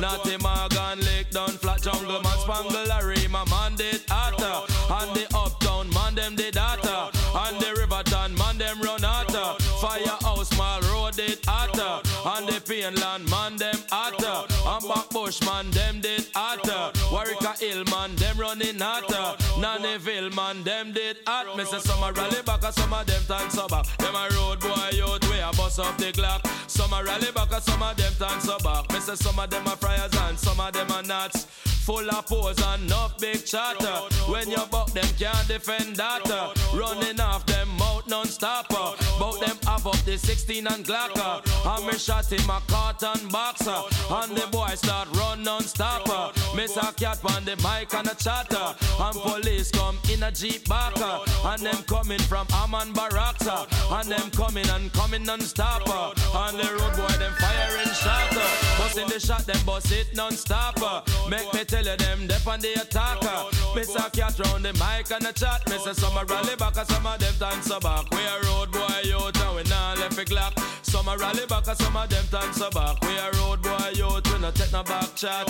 Natty Morgan lick down flat. Jungle man spangle a rima man did hotter. And the uptown man them did hotter. And the Riverton man them run hotter. Firehouse mall road did hotter. And the Pineland man them hotter. And back bush man them did hotter. Warwicka Hill man them running hotter. Nannyville man them did hot. Mr. Summer rally back and some of them turn sober. Them a road boy out way a bust off the clock. Some a rally back and some of them turn sober. Mr. Some of them are friars and some of them are nuts. Full of pose and enough big chatter. When you buck them can't defend that. uh. Running off them mouth non-stopper. Bout them have up the 16 and Glocker. And me shot him a carton boxer. And the boy start run non-stopper. Miss a cat on the mic and a chatter. And police come in a jeep backer. And them coming from Amman Baraksa. And them coming and coming non-stopper. On the road boy them firing shatter. Busting the shot them bust it non-stopper. Make me tell you them dep on the attacker. Miss a cat round the mic and a chat. Miss a summer rally back and some of them dance back. We a road boy out and we not left a glock. Some a rally back and some of them dance back. We a road boy out we no take no back chat.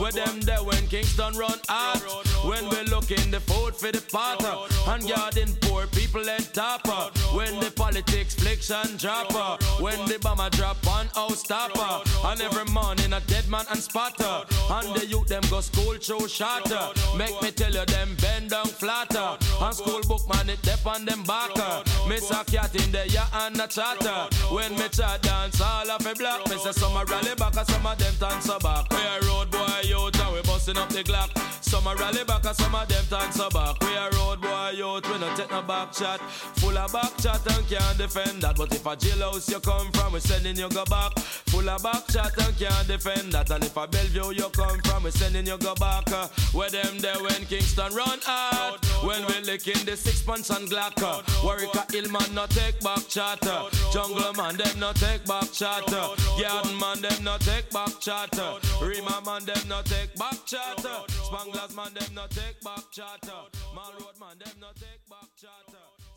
With them there when Kingston run out. When we look in the food for the potter. And guarding poor people and topper. When the politics fliction dropper. When the bomber drop on house stopper. And every morning a dead man and spotter. And the youth them go school through shatter. Make me tell you them bend down flatter. And school book man it dep on them backer. Miss a cat in the ya and a chatter. When me chat dance all of a block. Miss a summer rally back and some of them dance back. We a road boy out and we busting up the clock. Some a rally back and some of them dance back. We a road boy out we no take no back chat. Full of back chat and can't defend that. But if a jailhouse you come from, we sending you go back. Full of back chat and can't defend that. And if a Bellevue you come from, we sending you go back. Uh, Where them there when Kingston run out. When we licking the sixpence and Glock. uh, Warwicka Hillman no take back chat. uh, Jungle man them no take back chat. uh, Garden man them no take back chat. uh, Rima man them no take back chat. uh, Spanglers man them no take back chat. uh, Mall road man them no take back chat. uh.